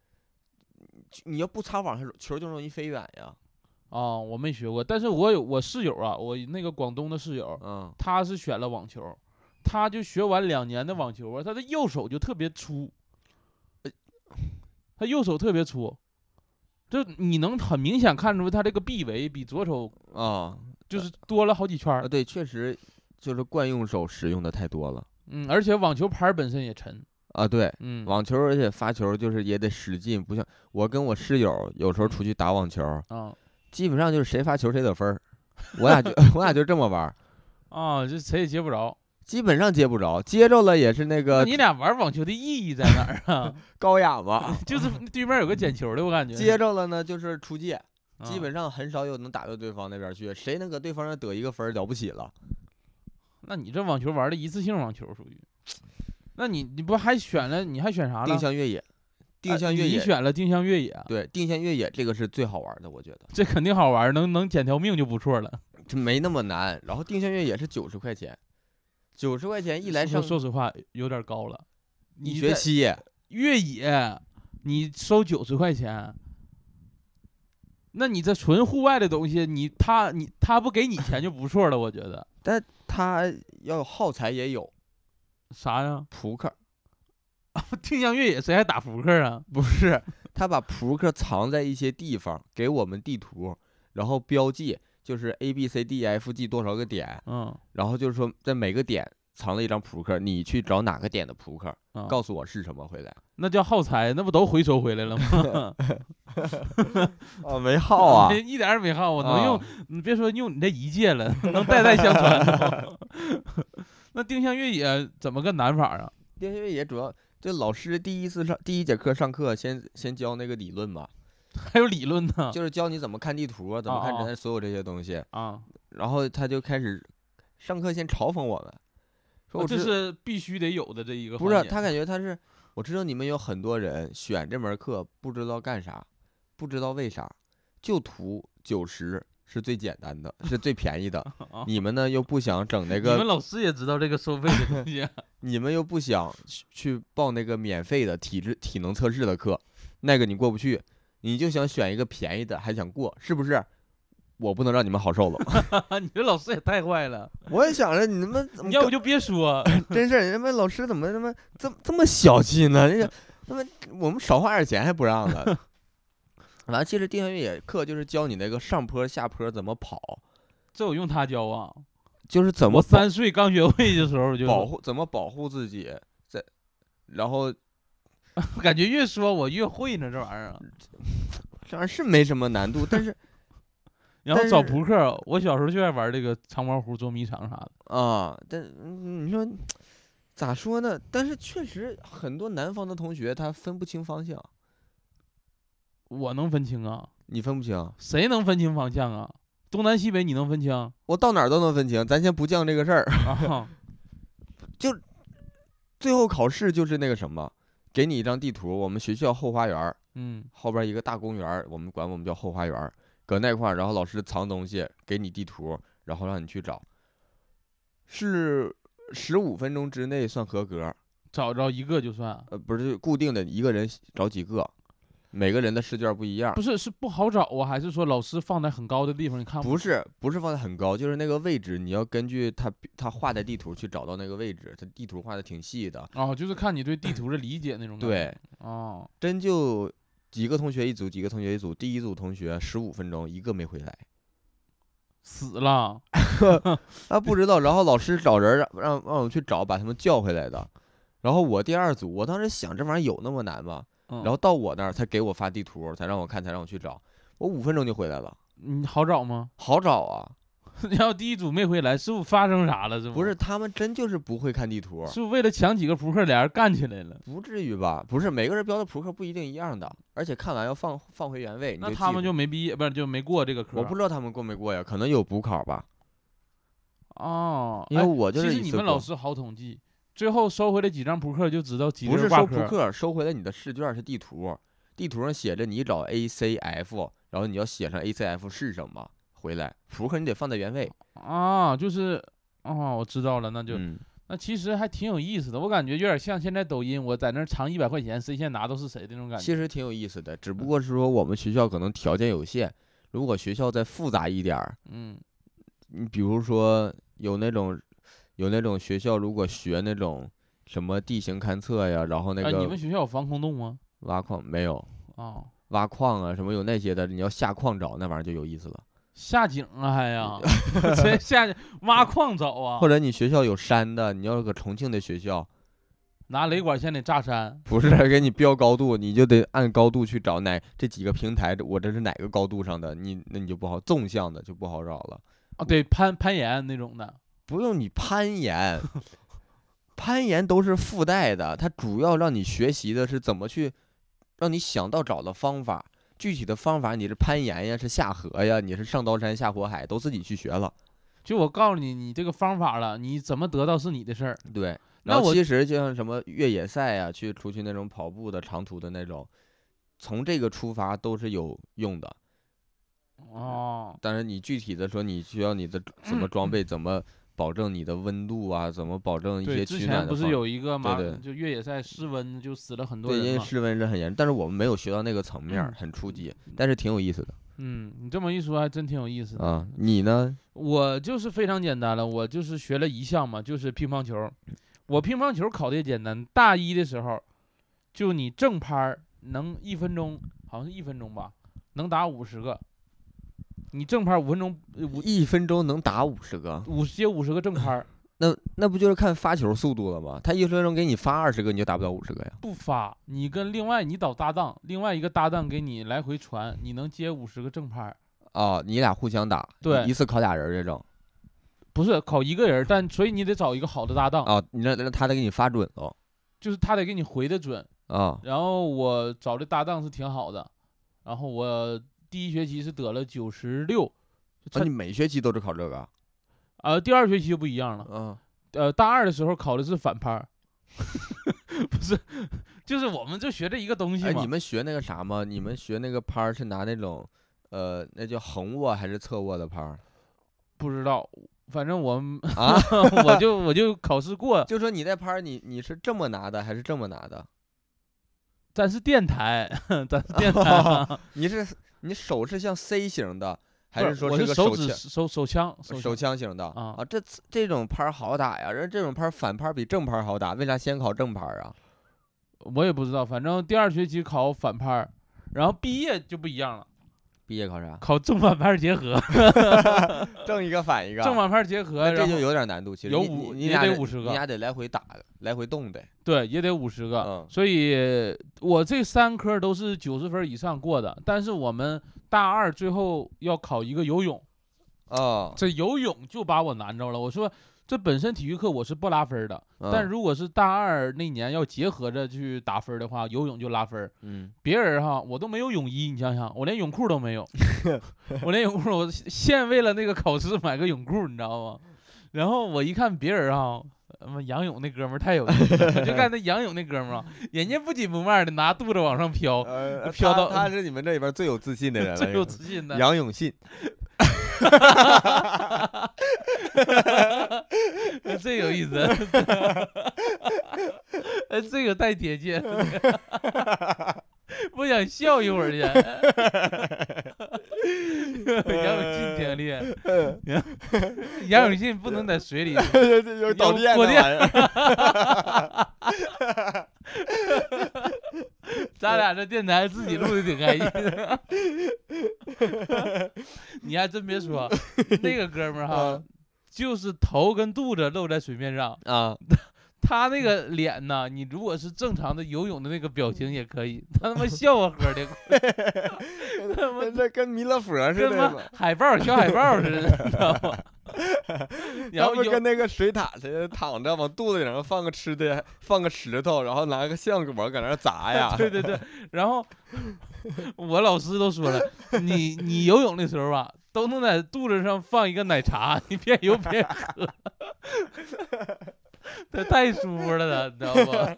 你要不擦网上球就容易飞远呀。啊，我没学过，但是我有我室友啊，我那个广东的室友，嗯，他是选了网球，他就学完两年的网球啊，他的右手就特别粗，呃他右手特别粗，就你能很明显看出他这个臂围比左手啊就是多了好几圈儿啊，。对，确实就是惯用手使用的太多了嗯，而且网球拍儿本身也沉，啊。对，嗯，网球而且发球就是也得使劲，不像我跟我室友有时候出去打网球，啊基本上就是谁发球谁得分儿， 我俩就我俩就这么玩儿，啊，这谁也接不着。基本上接不着，接着了也是那那个你俩玩网球的意义在哪儿 啊？高雅嘛，就是对面有个捡球的，我感觉接着，着了呢就是出界，啊基本上很少有能打到对方那边去，谁能搁对方那得一个分儿了不起了。那你这网球玩的一次性网球属于？那你你不还选了？你还选啥定了？向越野，定哎向越你野，选了定向越野，啊对定向越野这个是最好玩儿的，我觉 得这肯定好玩，能能捡条命就不错了。这没那么难。然后定向越野是九十块钱，九十块钱一来说上说实话有点高了，一你学在期，越野，你收九十块钱，那你这纯户外的东西，你他你他不给你钱就不错了，我觉得。但他要耗材也有啥呀？扑克。定向越野谁还打扑克啊？不是，他把扑克藏在一些地方，给我们地图，然后标记就是 A B C D E F G 多少个点，嗯，然后就是说在每个点藏了一张扑克，你去找哪个点的扑克，啊告诉我是什么回来。那叫耗材，那不都回收回来了吗？哦，没没 一点儿也没耗，我能用，啊你别说用你这一届了， 能代代相传。 那定向越野怎么个难法啊？电学也主要这老师第一次上第一节课上课先先教那个理论嘛，还有理论呢？就是教你怎么看地图啊，怎么看啊哦哦人家所有这些东西，啊，然后他就开始上课先嘲讽我们，说我哦这知是必须得有的这一个不环是节。啊，他感觉他是，我知道你们有很多人选这门课不知道干啥，不知道为啥，就图九十是最简单的，是最便 宜的。啊你们呢又不想整那你们个，老师也知道这个收费的东西啊 你们又不想去去报那个免费的体质体能测试的课，那个你过不去，你就想选一个便宜的还想过，是不是？我不能让你们好受了。 啊！你这老师也太坏了，我也想着你们怎么要搞不就别说。 真是，人家老师怎么他妈这么这么小气呢？ 人家他妈我们少花点钱还不让呢。 完了，其实定向越野课就是教你那个上坡下坡怎么跑，这我用他教啊！就是怎么我保三岁刚学会的时候我就保护怎么保护自己，在然后感觉越说我越会呢这玩意儿啊。当然是没什么难度，但是然后但找是扑克，我小时候就爱玩这个长毛胡、捉迷藏啥的。 啊，但嗯你说咋说呢？但是确实很多南方的同学他分不清方向，我能分清啊，你分不清，谁能分清方向啊？东南西北你能分清啊？我到哪儿都能分清，咱先不犟这个事儿。啊最后考试就是那个什么，给你一张地图，我们学校后花园儿嗯后边一个大公园儿，我们管我们叫后花园儿，搁那块儿，然后老师藏东西，给你地图，然后让你去找，是十五分钟之内算合格，找着一个就算，呃，不是固定的，一个人找几个，每个人的试卷不一样不。是是不好找啊，还是说老师放在很高的地方你看不是不是放在很高，就是那个位置，你要根据他他画的地图去找到那个位置。他地图画的挺细的，啊、就是看你对地图的理解那种感觉。对，哦，真就几个同学一组，几个同学一组。第一组同学十五分钟一个没回 来，死了，他啊不知道。然后老师找人让让让我们去找，把他们叫回来的。然后我第二组，我当时想这玩意儿有那么难吗？嗯、然后到我那儿才给我发地图，才让我看，才让我去找。我五分钟就回来了，你好找吗？ 好找啊！然后第一组没回来，是不是发生啥了？是不是他们真就是不会看地图嗯是，不是为了抢几个扑克，俩人干起来了？不至于吧？不是每个人标的扑克不一定一样的，而且看完要放放回原位。你那就他记们住就没毕业，不是就没过这个科？我不知道他们过没过呀，可能有补考吧，哦，因为哎我就其是实一你次们老过师好统计，最后收回来几张扑克就知道几不个是人挂收科扑克，收回来你的试卷是地图，地图上写着你找 A C F，然后你要写上 A C F 是什么，回来扑克你得放在原位。啊，就是哦，我知道了，那就、嗯，那其实还挺有意思的，我感觉有点像现在抖音，我在那儿藏一百块钱，谁先拿到是谁的那种感觉。嗯其实挺有意思的，只不过是说我们学校可能条件有限，如果学校再复杂一点儿，嗯，你比如说有那种有那种学校如果学那种什么地形勘测呀，然后那哎，你们个学校有防空洞吗？挖矿没有啊、挖矿啊什么有那些的，你要下矿找那玩意儿就有意思了。下井啊，还呀，这下井挖矿找啊或，者你学校有山的，你要是搁重庆的学校，拿雷管先得炸山。不是给你标高度，你就得按高度去找哪这几个平台，我这是哪个高度上的，你那你就不好纵向的就不好找了。啊，对，攀攀岩那种的，不用你攀岩， 攀岩都是附带的，它主要让你学习的是怎么去让你想到找的方法。具体的方法，你是攀岩呀，是下河呀，你是上刀山下火海，都自己去学了。就我告诉你，你这个方法了，你怎么得到是你的事儿。对，那然后我其实就像什么越野赛啊，去出去那种跑步的长途的那种，从这个出发都是有用的。哦，但是你具体的说，你需要你的怎么装备，怎么保证你的温度啊，怎么保证一对，些之取暖前的不是方有一个马对就越野赛室温就死了很多对，因人为嘛。室温是很严，但是我们没有学到那个层面儿，嗯很初级，但是挺有意思的嗯，你这么一说还真挺有意思的。啊。你呢？我就是非常简单了，我就是学了一项嘛，就是乒乓球。我乒乓球考的也简单，大一的时候，就你正拍儿能一分钟，好像是一分钟吧，能打五十个。你正拍儿五分钟，呃五一分钟能打五十个，五接五十个正拍儿那那不就是看发球速度了吗？他一分钟给你发二十个，你就打不了五十个呀。不发，你跟另外你找搭档，另外一个搭档给你来回传，你能接五十个正拍儿。哦，你俩互相打，对一次考俩人儿这种。不是考一个人儿，但所以你得找一个好的搭档，啊，你让让他得给你发准喽就是他得给你回的准。啊，然后我找的搭档是挺好的，然后我第一学期是得了九十六，那、趁啊你每学期都是考这个？啊呃，第二学期就不一样了，嗯、啊，呃，大二的时候考的是反拍儿， 不是，就是我们就学这一个东西嘛。哎，你们学那个啥吗？你们学那个拍儿是拿那种，呃，那叫横握还是侧握的拍儿不知道，反正我们啊？ 我就我就考试过，就说你那拍儿，你你是这么拿的还是这么拿的？咱是电台， 咱是电台啊、你是你手是像 C 型的，哦还不是说我个是手手指枪手手枪手枪？枪型的啊啊？这次这种拍儿好打呀，人这种拍儿反拍儿比正拍儿好打，为啥先考正拍儿啊？我也不知道，反正第二学期考反拍儿，然后毕业就不一样了，毕业考啥？考正反拍儿结合。正一个反一个，正反拍结合，那这然就后有点难度。其实有你五你你也俩得得50个你俩得来回打，来回动得。对也得五十个，嗯所以我这三科都是九十分以上过的。但是我们大二最后要考一个游泳，哦，这游泳就把我难着了。我说这本身体育课我是不拉分的，但嗯如果是大二那年要结合着去打分的话，游泳就拉分。嗯，别人哈，我都没有泳衣，你想想，我连泳裤都没有，我连泳裤我现为了那个考试买个泳裤，你知道吗？然后我一看别人哈，妈杨勇那哥们儿太有意思了，我就看那杨勇那哥们儿啊，人家不紧不慢的拿肚子往上 飘，呃，飘他到他是你们这里边 最有自信的人了，最有自信的。杨永 信，这有意思，哎，这个太贴切了，我想笑一会儿去。杨永信挺厉害，杨永信不能在水里嗯有导有电的过玩意电儿，咱俩这电台自己录的挺开心的，你还真别说，那个哥们儿哈，就是头跟肚子露在水面上，啊，他那个脸呐，你如果是正常的游泳的那个表情也可以，他他妈笑呵 呵的，他妈那那跟弥勒佛似跟的他嘛妈，海豹小海豹似的，你知道 吗？ 然要后不有跟那个水獭似的躺着，往肚子上放个吃的，放个石头，然后拿个橡果搁那儿砸哎呀， 对对对，然后我老师都说了，你你游泳的时候吧，都能在肚子上放一个奶茶， 你边游边喝， 他太舒服了，他你知 道吧？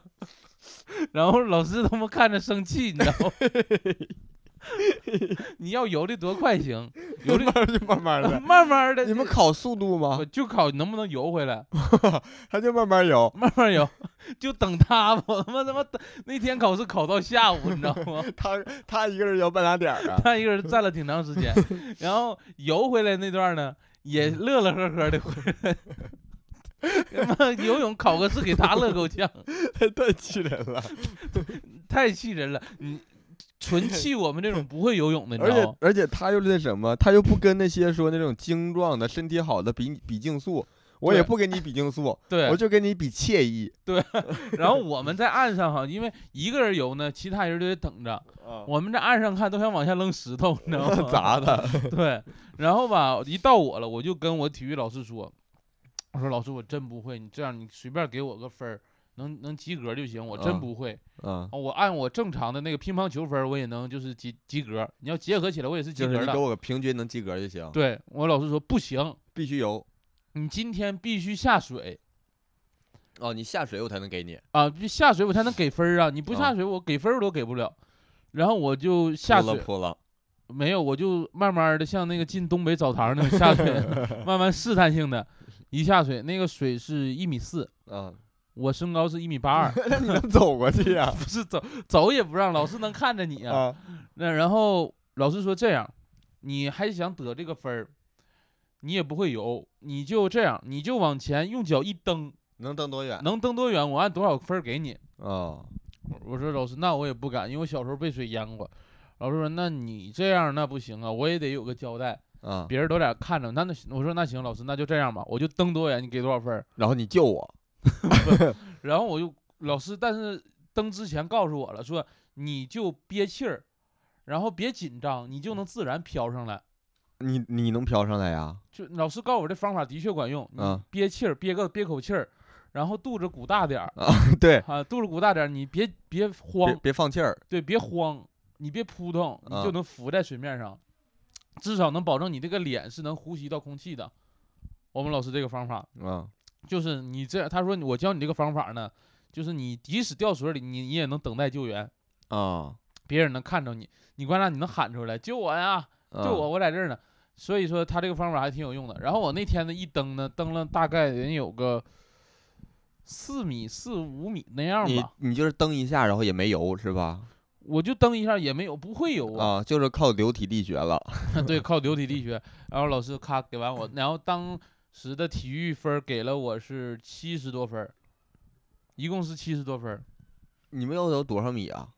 然后老师他妈看着生气，你 知道吗？你要游的多快 行，游的慢慢 就慢 慢的。慢慢的，你们考速度吗我？就考能不能游回来，他就慢慢游，慢慢游，就等他吧。我他妈他妈等那天考试考到下午，你知道吗？他他一个人游半拉点儿啊。 他一个人站了挺长时间，然后游回来那段呢，也嗯乐乐呵呵的回来。他 妈游泳考个试给他乐够呛， 太太气人了，太气人了！你 纯气我们这种不会游泳的，你而知道且吗？而且他又是那什么，他又不跟那些说那种精壮的、身体好的比比竞速，我也对不跟你比竞速，对我，就跟你比惬意。然后我们在岸上哈，因为一个人游呢，其他人都得等着。啊， 我们在岸上看都想往下扔石头，你知道吗？砸他，对，然后吧，一到我了，我就跟我体育老师说，我说老师，我真不会，你这样你随便给我个分儿，能能及格就行，我真 嗯不会。啊，啊我按我正常的那个乒乓球分儿，我也能就是及及格。你要结合起来，我也是及就是格你的给。我个平均能及格就行，对我老师说不行，必须游。你今天必须下水哦，你下水我才能给你，啊，必须下水我才能给分儿啊！你不啊下水，我给分儿我都给不了。然后我就下扑了水，扑了，没有，我就慢慢的像那个进东北澡堂那种下 水，慢慢试探性的，一下水，那个水是一米四，啊，我身高是一米八二， 那你能走过去 呀？不是走走也不让，老师能看着你啊，那然后老师说这样，你还想得这个分儿，你也不会游，你就这样，你就往前用脚一蹬，能蹬多远？能蹬多远我按多少分儿给你。啊，我我说老师，那我也不敢，因为我小时候被水淹过。老师说那你这样那不行啊，我也得有个交代，啊，别人都在那看着。那那行我说那行，老师那就这样吧，我就蹬多远你给多少分儿。然后你救我，然后我就老师，但是蹬之前告诉我了，说你就憋气儿，然后别紧张，你就能自然飘上来。你你能飘上来呀？ 就老师告诉我这方法的确管用，你啊憋气儿，憋个憋口气儿，然后肚子鼓大点儿对，啊，肚子鼓大点儿，你别别别慌，别放气儿，对，别慌，你别扑腾，你啊就能浮在水面上，至少能保证你这个脸是能呼吸到空气的。我们老师这个方法啊，就是你这样，他说我教你这个方法呢，就是你即使掉水里，你你也能等待救援，啊，别人能看着你，你关键你能喊出来救我呀，啊就我我在这儿呢，所以说他这个方法还挺有用的。然后我那天呢一蹬呢，蹬了大概得有个四米四五米那样你吧，你就是蹬一下，然后也没游是吧？我就蹬一下也没有不会游啊，啊，就是靠流体力学了。 对，靠流体力学。然后老师咔给完我，然后当时的体育分儿给了我是七十多分儿，一共是七十多分儿，你们要游多少米啊？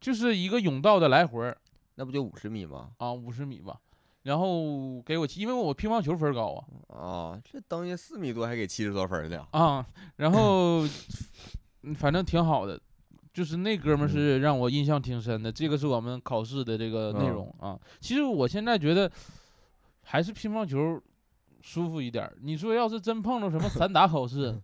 就是一个泳道的来回儿那不就五十米吗？啊，五十米吧。然后给我七，因为我乒乓球分儿高啊，啊，这蹬下四米多还给七十多分儿呢。啊，然后嗯反正挺好的，就是那哥们嗯儿是让我印象挺深的。这个是我们考试的这个内嗯容啊。其实我现在觉得还是乒乓球舒服一点儿。你说要是真 碰着什么散打考试，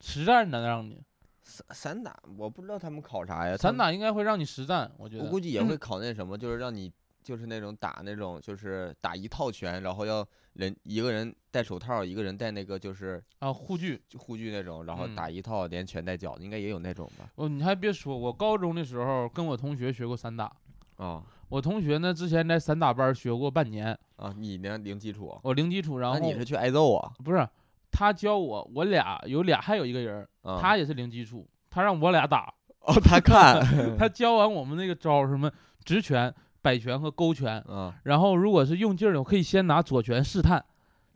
实战能让你散散哎打我不知道他们考啥呀，他散们打应该会让你实战，我觉我得估计也会考那什么，就是让你就是那种打那种就是打一套拳，然后要人一个人戴手套，一个人戴那个就是啊，护具。就护具那种，然后嗯打一套连拳带脚的，应该也有那种吧？哦，你还别说，我高中的时候跟我同学学过散打。啊我同学呢，之前在散打班儿学过半年，啊，你呢零基础？我零基础，然那后你是去挨揍啊？不是他教我，我俩有俩，还有一个人儿，啊他也是零基础，他让我俩打，哦，他 看，他教完我们那个招儿，什么直拳、摆拳和勾拳，嗯，然后如果是用劲儿的，我可以先拿左拳试探，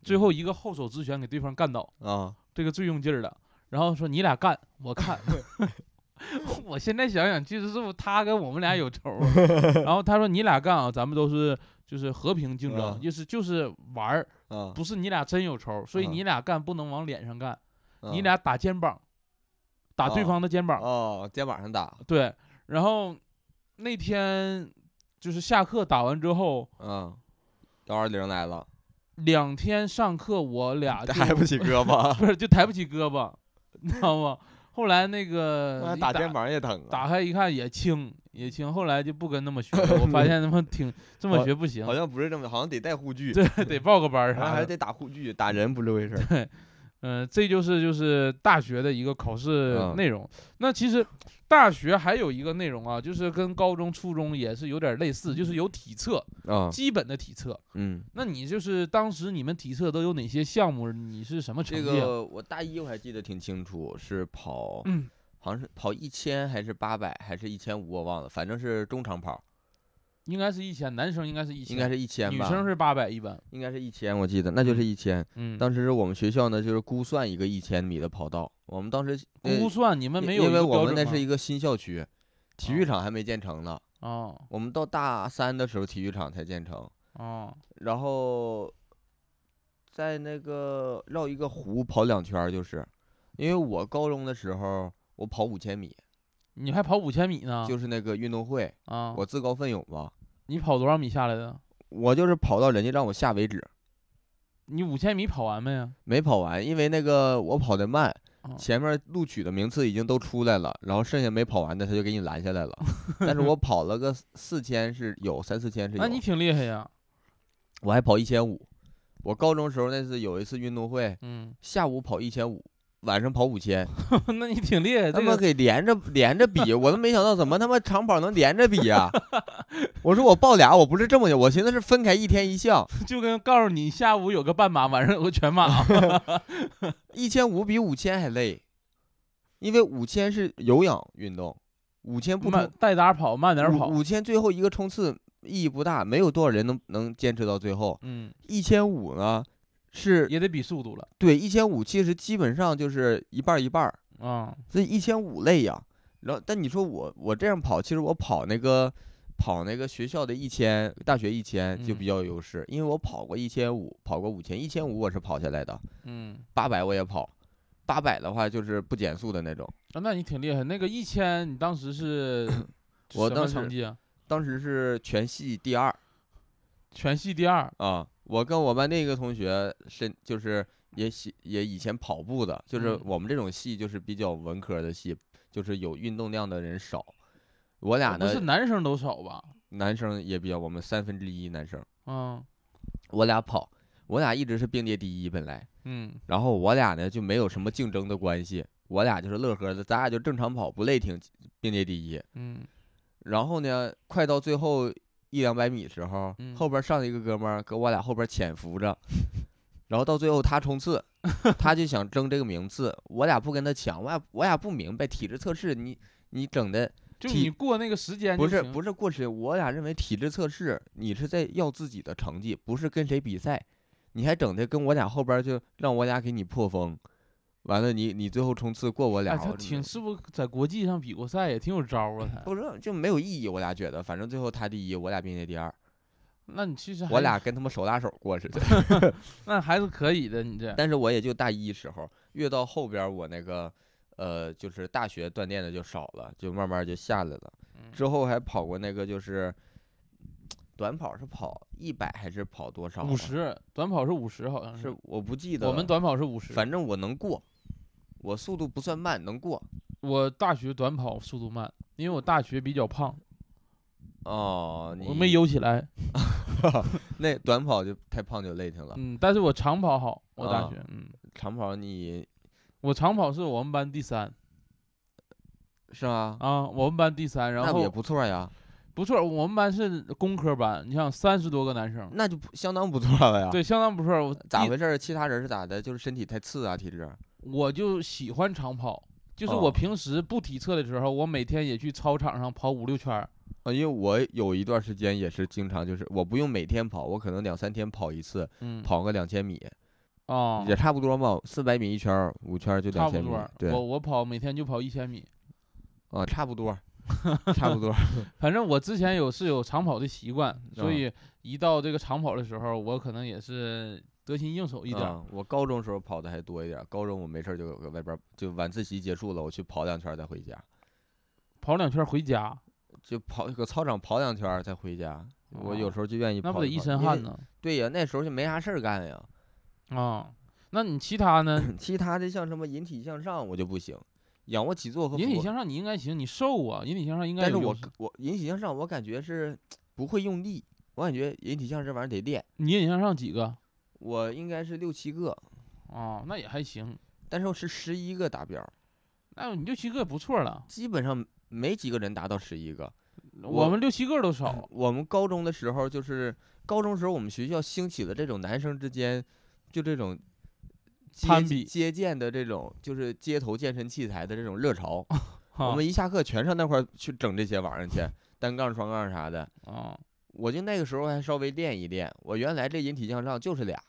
最后一个后手直拳给对方干倒，啊，这个最用劲儿的。然后说你俩干，我看。 我现在想想，其实是不是他跟我们俩有仇啊？然后他说你俩干啊，咱们都是就是和平竞争，嗯就是就是玩儿，啊，不是你俩真有仇，所以嗯你俩干不能往脸上干，你嗯俩打肩膀，打对哦方的肩膀。哦，肩膀上打，对，然后那天就是下课打完之后，嗯，幺二零来了，两天上课我 俩就抬不起胳 膊，不是就抬不起胳膊，你知道吗？后来那个那一打肩膀也疼呃打啊，开一看也轻也轻，后来就不跟那 么学了。我发现他妈挺这么好学不行嗯好，像不是这么，好像得带护具，对，得报个班儿好像啥还的。得打护具，打人不是回事儿，嗯、这就是就是大学的一个考试嗯内容。那其实大学还有一个内容啊，就是跟高中、初中也是有点类似，就是有体测，啊，基本的体测。嗯。那你就是当时你们体测都有哪些项目？你是什么成这绩啊？个我大一我还记得挺清楚，是跑，嗯好像是跑一千还是八百还是一千五，我忘了，反正是中长跑，应该是一千，男生应该是一千，应该是一千女吧，生是八百一般。应该是一千，我记得那就是一千。嗯，当时我们学校呢，就是估算一个一千米的跑道，我们当时呃估算你们没因有一因为个我标们准那是吗一个新校区，体育哦场还没建成呢，哦我们到大三的时候体育场才建成，哦然后在那个绕一个湖跑两圈儿，就是因为我高中的时候我跑五千米，你还跑五千米呢？就是那个运动会，啊，我自告奋勇吧，你跑多少米下来的？我就是跑到人家让我下为止，你五千米跑完没呀？没跑完，因为那个我跑得慢，哦前面录取的名次已经都出来了，然后剩下没跑完的他就给你拦下来了。 但是我跑了个四四千是有，三四千是那你有，挺厉害呀。我还跑一千五。我高中时候那次有一次运动会，嗯，下午跑一千五，晚上跑五千， 那你挺厉害。他这妈个给连着连着比，我都没想到怎么他妈长跑能连着比呀、 我说我报俩，我不是这么想，我寻思是分开一天一项， 就跟告诉你下午有个半马，晚上有个全马。一千五比五千还累，因为五千是有氧运动，五千 不慢冲带打跑，慢点五跑。五千最后一个冲刺意义不大，没有多少人能能坚持到最后。嗯，一千五呢，是也得比速度了对一千五，1500其实基本上就是一半儿一半儿，啊。所以一千五累呀。然后，但你说我我这样跑，其实我跑那个跑那个学校的一千，大学一千就嗯比较有优势，因为我跑过一千五，跑过五千，一千五我是跑下来的，嗯，八百我也跑，八百的话就是不减速的那种。啊那你挺厉害。那个一千，你当时是嗯 我什么当时成绩啊？当时是全系第二。全系第二。啊，我跟我班那个同学是就是也喜也以前跑步的，就是嗯我们这种系就是比较文科的系，就是有运动量的人少。我俩不是呢，男生都少吧？男生也比较，我们三分之一男生。嗯我俩跑，我俩一直是并列第一本来，嗯然后我俩呢就没有什么竞争的关系，我俩就是乐呵的，咱俩就正常跑，不累挺并列第一。嗯然后呢，快到最后一两百米时候，嗯后边上了一个哥们儿，搁我俩后边潜伏着，然后到最后他冲刺，他就想争这个名次，我俩不跟他抢，我俩我俩不明白体质测试你你整的就体你过那个时间不是是不是过时，我俩认为体质测试你是在要自己的成绩，不是跟谁比赛，你还整的跟我俩后边就让我俩给你破风，完了你你最后冲刺过我俩，哎，他我挺是不是在国际上比过赛也挺有招儿啊？他，不是就没有意义，我俩觉得反正最后他第一，我俩并列第二。那你其实我还俩跟他们手拉手过 似的。那还是可以的，你这但是我也就大一时候，越到后边儿我那个呃，就是大学锻炼的就少了，就慢慢就下来了。嗯之后还跑过那个就是短跑是跑一百还是跑多少？啊五十短跑是五十，好像是嗯我不记得了。我们短跑是五十，反正我能过，我速度不算慢，能过。我大学短跑速度慢，因为我大学比较胖，哦，你我没游起来。那短跑就太胖就累挺了，嗯，但是我长跑好，我大啊学，嗯，长跑你我长跑是我们班第三是吗？啊，我们班第三，然那也后不错呀，不错，我们班是工科班，你想三十多个男生，那就不相当不错了呀。对，相当不错。我啊咋第回事儿？其他人是咋的？就是身体太次啊，体质。我就喜欢长跑，就是哦我平时不体测的时候，我每天也去操场上跑五六圈儿。啊，因为我有一段时间也是经常就是我不用每天跑，我可能两三天跑一次，嗯，跑个两千米、啊，也差不多嘛，四百米一圈儿，五圈儿就差两不千米多。对，我我跑每天就跑一千米，啊，差不 多，差不多。反正我之前有是有长跑的习惯，所嗯以一到这个长跑的时候，我可能也是得心应手一点儿。啊我高中时候跑的还多一点儿，高中我没事儿就搁外边儿就晚自习结束了，我去跑两圈儿再回家，跑两圈儿回家，就跑搁操场跑两圈儿再回家。我有哦时候就愿意跑那不得一跑身因汗为呢？对呀，那时候就没啥事儿干呀。啊，那你其他呢？其他的像什么引体向上我就不行，仰卧起坐和引体俯卧向上你应该行，你瘦啊，引体向上应该但是有优我势。个我引体向上，我感觉是不会用力，我感觉引体向上这玩意儿得练。你引体向上几个？我应该是六七个，哦，那也还行，但是我是十一个达标，那你六七个也不错了。基本上没几个人达到十一个。我我，们六七个都少我们高中的时候，就是高中时候我们学校兴起了这种男生之间就这种接攀近比接见的这种，就是街头健身器材的这种热潮。啊我哈们一下课全上那块儿去整这些玩意儿去，单杠、双杠啥的。啊，我就那个时候还稍微练一练，我原来这引体向上就是俩，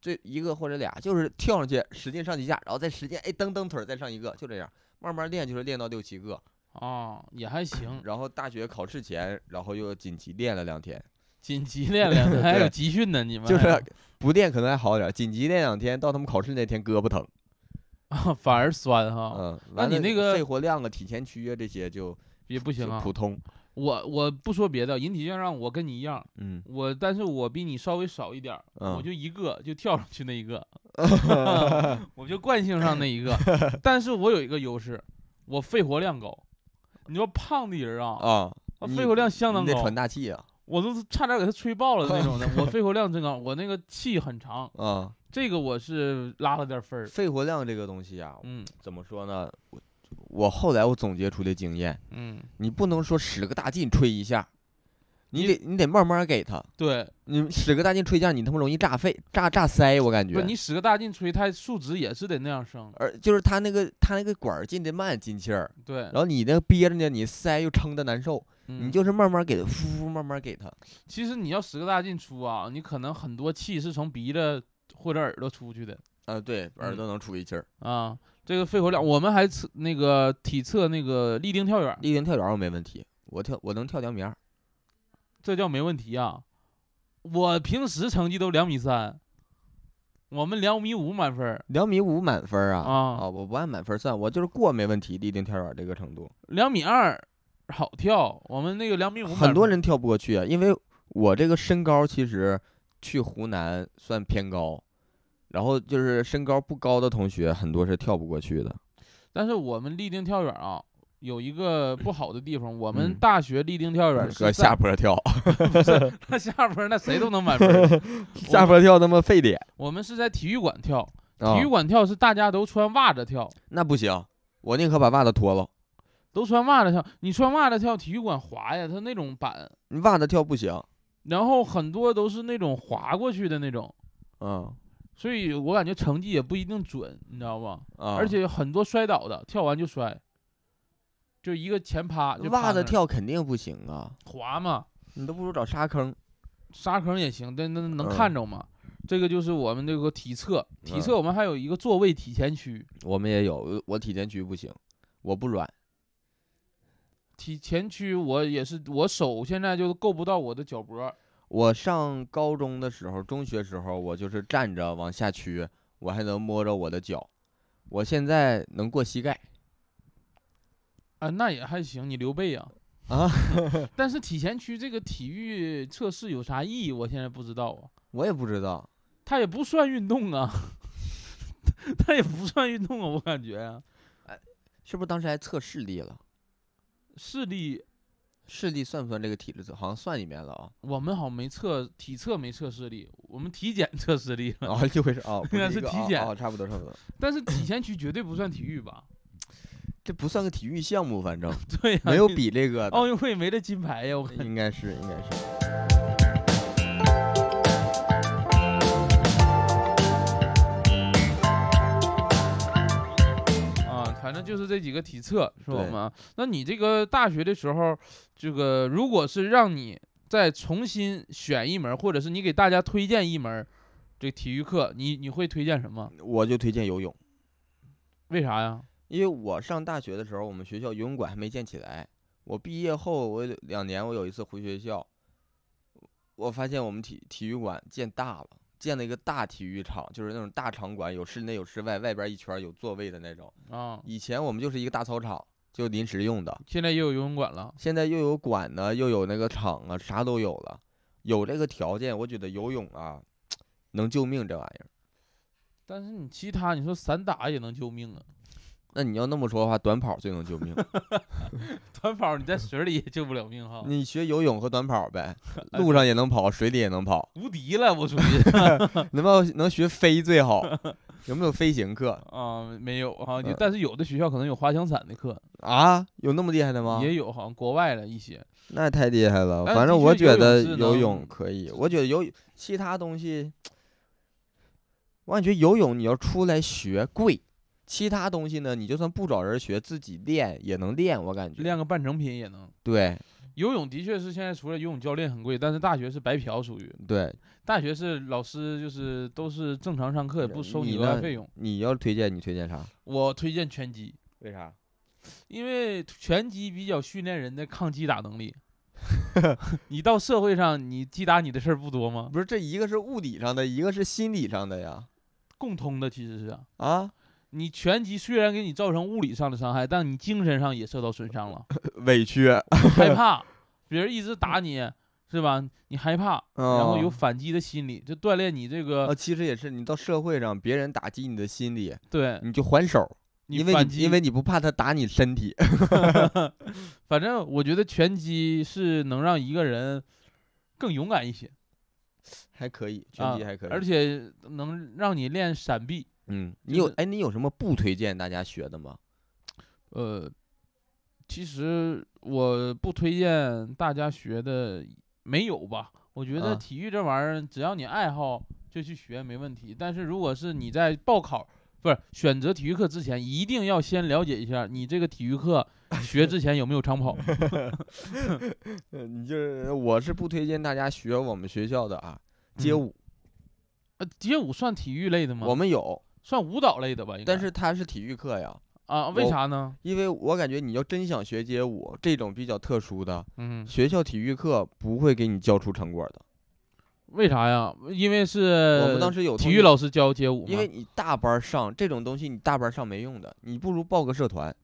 最一个或者俩，就是跳上去使劲上几下，然后再使劲哎蹬蹬腿儿再上一个，就这样慢慢练，就是练到六七个。啊，也还行。然后大学考试前，然后又紧急练了两天，紧急练练，还有对集训呢，你们就还是 不练可能还好点儿，紧急练两天，到他们考试那天胳膊疼。啊， 反而酸哈，嗯，哦那完你了那个肺活量啊、体前屈啊这些就也不行就啊普。通。我我不说别的，引体向上我跟你一样，嗯，我但是我比你稍微少一点儿，我嗯就一个就跳上去那一 个，我就惯性上那一个。但是我有一个优势，我肺活量高。你说胖的人啊，啊，啊你肺活量相当你得高喘大气啊。我都是差点给他吹爆了那 种的。我肺活量真高，我那个气很长，啊，这个我是拉了点分儿。肺活量这个东西啊，嗯怎么说呢？我我后来我总结出的经验，嗯，你不能说使个大劲吹一下，你你得你得慢慢给他。对，你使个大劲吹一下，你他妈容易炸肺、炸炸腮，我感不觉是。你使个大劲吹，它数值也是得那样升。而就是他那个他那个管儿进的慢进气儿，对然，后你那个憋着呢，你腮又撑的难受，你你就是慢慢给他，呼呼慢慢给他。其实你要使个大劲出啊，你可能很多气是从鼻子或者耳朵出去的啊，对，耳朵能出一气儿。啊。这个肺活量，我们还测那个体测那个立定跳远，立定跳远我没问题，我跳我能跳两米二。这叫没问题啊。我平时成绩都两米三，我们两米五满分儿，两米五满分儿啊！啊我不按满分儿算，我就是过没问题。立定跳远这个程度，两米二好跳，我们那个两米五很多人跳不过去啊，因为我这个身高其实去湖南算偏高，然后就是身高不高的同学很多是跳不过去的。但是我们立定跳远啊，有一个不好的地方，我们嗯大学立定跳远是搁在 下坡跳，那 下坡儿那谁都能满分 儿。下坡跳他妈费点。我们是在体育馆跳，啊体育馆跳是大家都穿袜子跳，那不行，我宁可把袜子脱了。都穿袜子跳。你穿袜子跳，体育馆滑呀，它那种板，你袜子跳不行，然后很多都是那种滑过去的那种，嗯所以我感觉成绩也不一定准，你知道吧？啊，而且很多摔倒的，跳完就摔，就一个前趴就趴袜那子儿跳肯定不行啊，滑嘛，你都不如找沙坑。沙坑也行，但那嗯能看着吗？这个就是我们这个体测，体嗯测我们还有一个座位体前区，我们也有，我体前屈不行，我不软。体前区我也是，我手现在就够不到我的脚脖儿，我上高中的时候，中学时候，我就是站着往下屈，我还能摸着我的脚。我现在能过膝盖啊，那也还行，你刘备呀、啊！ 但是体前区这个体育测试有啥意义？我现在不知道啊，我也不知道，它也不算运动啊，它也不算运动啊，我感觉啊，是不是当时还测视力了？视力视力算不算这个体质测？好像算里面 了啊。我们好像没测体测没测视力，我们体检测视力了。啊，一回事啊， 不应该一是个体啊检啊，差不多差不多。但是体前区绝对不算体育吧？ 这不算个体育项目，反正对呀、没有你哦比这个的奥运会没这金牌呀！我看应该是应该是。啊，反正就是这几个体测是我对们啊。那你这个大学的时候，这个如果是让你再重新选一门儿，或者是你给大家推荐一门儿这体育课，你你会推荐什么？我就推荐游泳，为啥呀？因为我上大学的时候，我们学校游泳馆还没建起来。我毕业后，我有两年，我有一次回学校，我发现我们体体育馆建大了，建了一个大体育场，就是那种大场馆，有室内有室外，外边一圈儿有座位的那种。啊，以前我们就是一个大操场，就临时用的。现在也有游泳馆了。现在又有馆呢，又有那个场啊，啥都有了。有这个条件，我觉得游泳啊，能救命这玩意儿。但是你其他，你说散打也能救命啊，那你要那么说的话，短跑最能救命。短跑你在水里也救不了命哈，，你学游泳和短跑呗，路上也能跑，水里也能跑 无敌了，我属于能不能能学飞最好？ 有没有飞行课啊没有啊，嗯但是有的学校可能有滑翔伞的课，啊？有那么厉害的吗？也有好像国外的一些，那太厉害了。但反的正我确游觉泳得是游能泳可以，我觉得游其他东西，我感觉游泳你要出来学贵，其他东西呢，你就算不找人学，自己练也能练。我感觉练个半成品也能。对游泳的确是现在除了游泳教练很贵，但是大学是白嫖，属于对，大学是老师就是都是正常上课，也不收呃你你额外呢费用。你要推荐你推荐啥？我推荐拳击，为啥？因为拳击比较训练人的抗击打能 力。你到社会上，你击打你的事儿不多吗？不是这一个是物理上的，一个是心理上的呀。共通的其实是啊啊， 你拳击虽然给你造成物理上的伤害，但你精神上也受到损 伤了，委屈，害怕，别人一直打你，是吧？你害怕，然后有哦反击的心理，就锻炼你这个、啊，其实也是你到社会上，别人打击你的心理，对你就还手，因为呃反你击，啊因为你不怕他打你身体。反正我觉得拳击是能让一个人更勇敢一些，还可以，拳击啊还可以，而且能让你练闪避。嗯，你就有是哎，你有什么不推荐大家学的吗？呃，其实我不推荐大家学的，没有吧？我觉啊得体育这玩意儿，只要你爱好就去学没问题。但是如果是你在报考不是选择体育课之前，一定要先了解一下你这个体育课学之前有没有长 跑。呃，你就是我是不推荐大家学我们学校的啊，街嗯舞，呃，街舞算体育类的吗？我们有，算舞蹈类的吧，应该。但是它是体育课呀，啊，为我啥呢？因为我感觉你要真想学街舞这种比较特殊的，嗯，学校体育课不会给你教出成果的。为啥呀？因为是我们当时有呃体同育学，老师教街舞嘛，因为你大班儿上这种东西，你大班儿上没用的，你不如报个社团。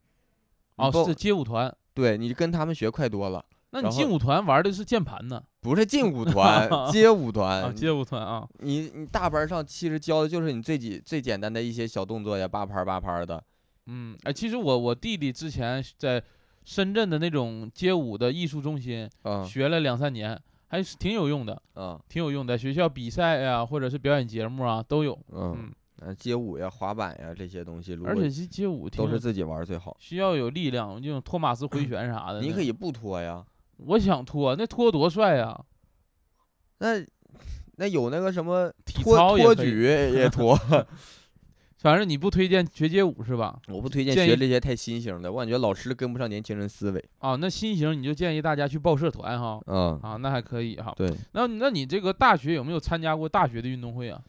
你哦报是街舞团，对你跟他们学快多了，那你然后劲舞团玩的是键盘呢？不 是劲舞团，街舞团，啊，街舞团啊，你你大班儿上其实教的就是你最简最简单的一些小动作呀，八拍儿八拍儿的。嗯，哎，其实我我弟弟之前是在深圳的那种街舞的艺术中心嗯学了两三年，还是挺有用的，嗯挺有用的。学校比赛呀、或者是表演节目啊，都有。嗯，嗯，啊街舞呀、滑板呀这些东西，如果而且这街舞挺都是有自己玩儿最好。需要有力量，这种托马斯回旋啥的。 你可以，以不脱呀，我想脱，那脱多帅呀、那那有那个什么体托操也托可以举也 脱。反正你不推荐学街舞是吧？我不推荐建学议这些太新型的，我感觉老师跟不上年轻人思维。啊，那新型你就建议大家去报社团哈。嗯，啊，那还可以哈。对那那你这个大学有没有参加过大学的运动会啊？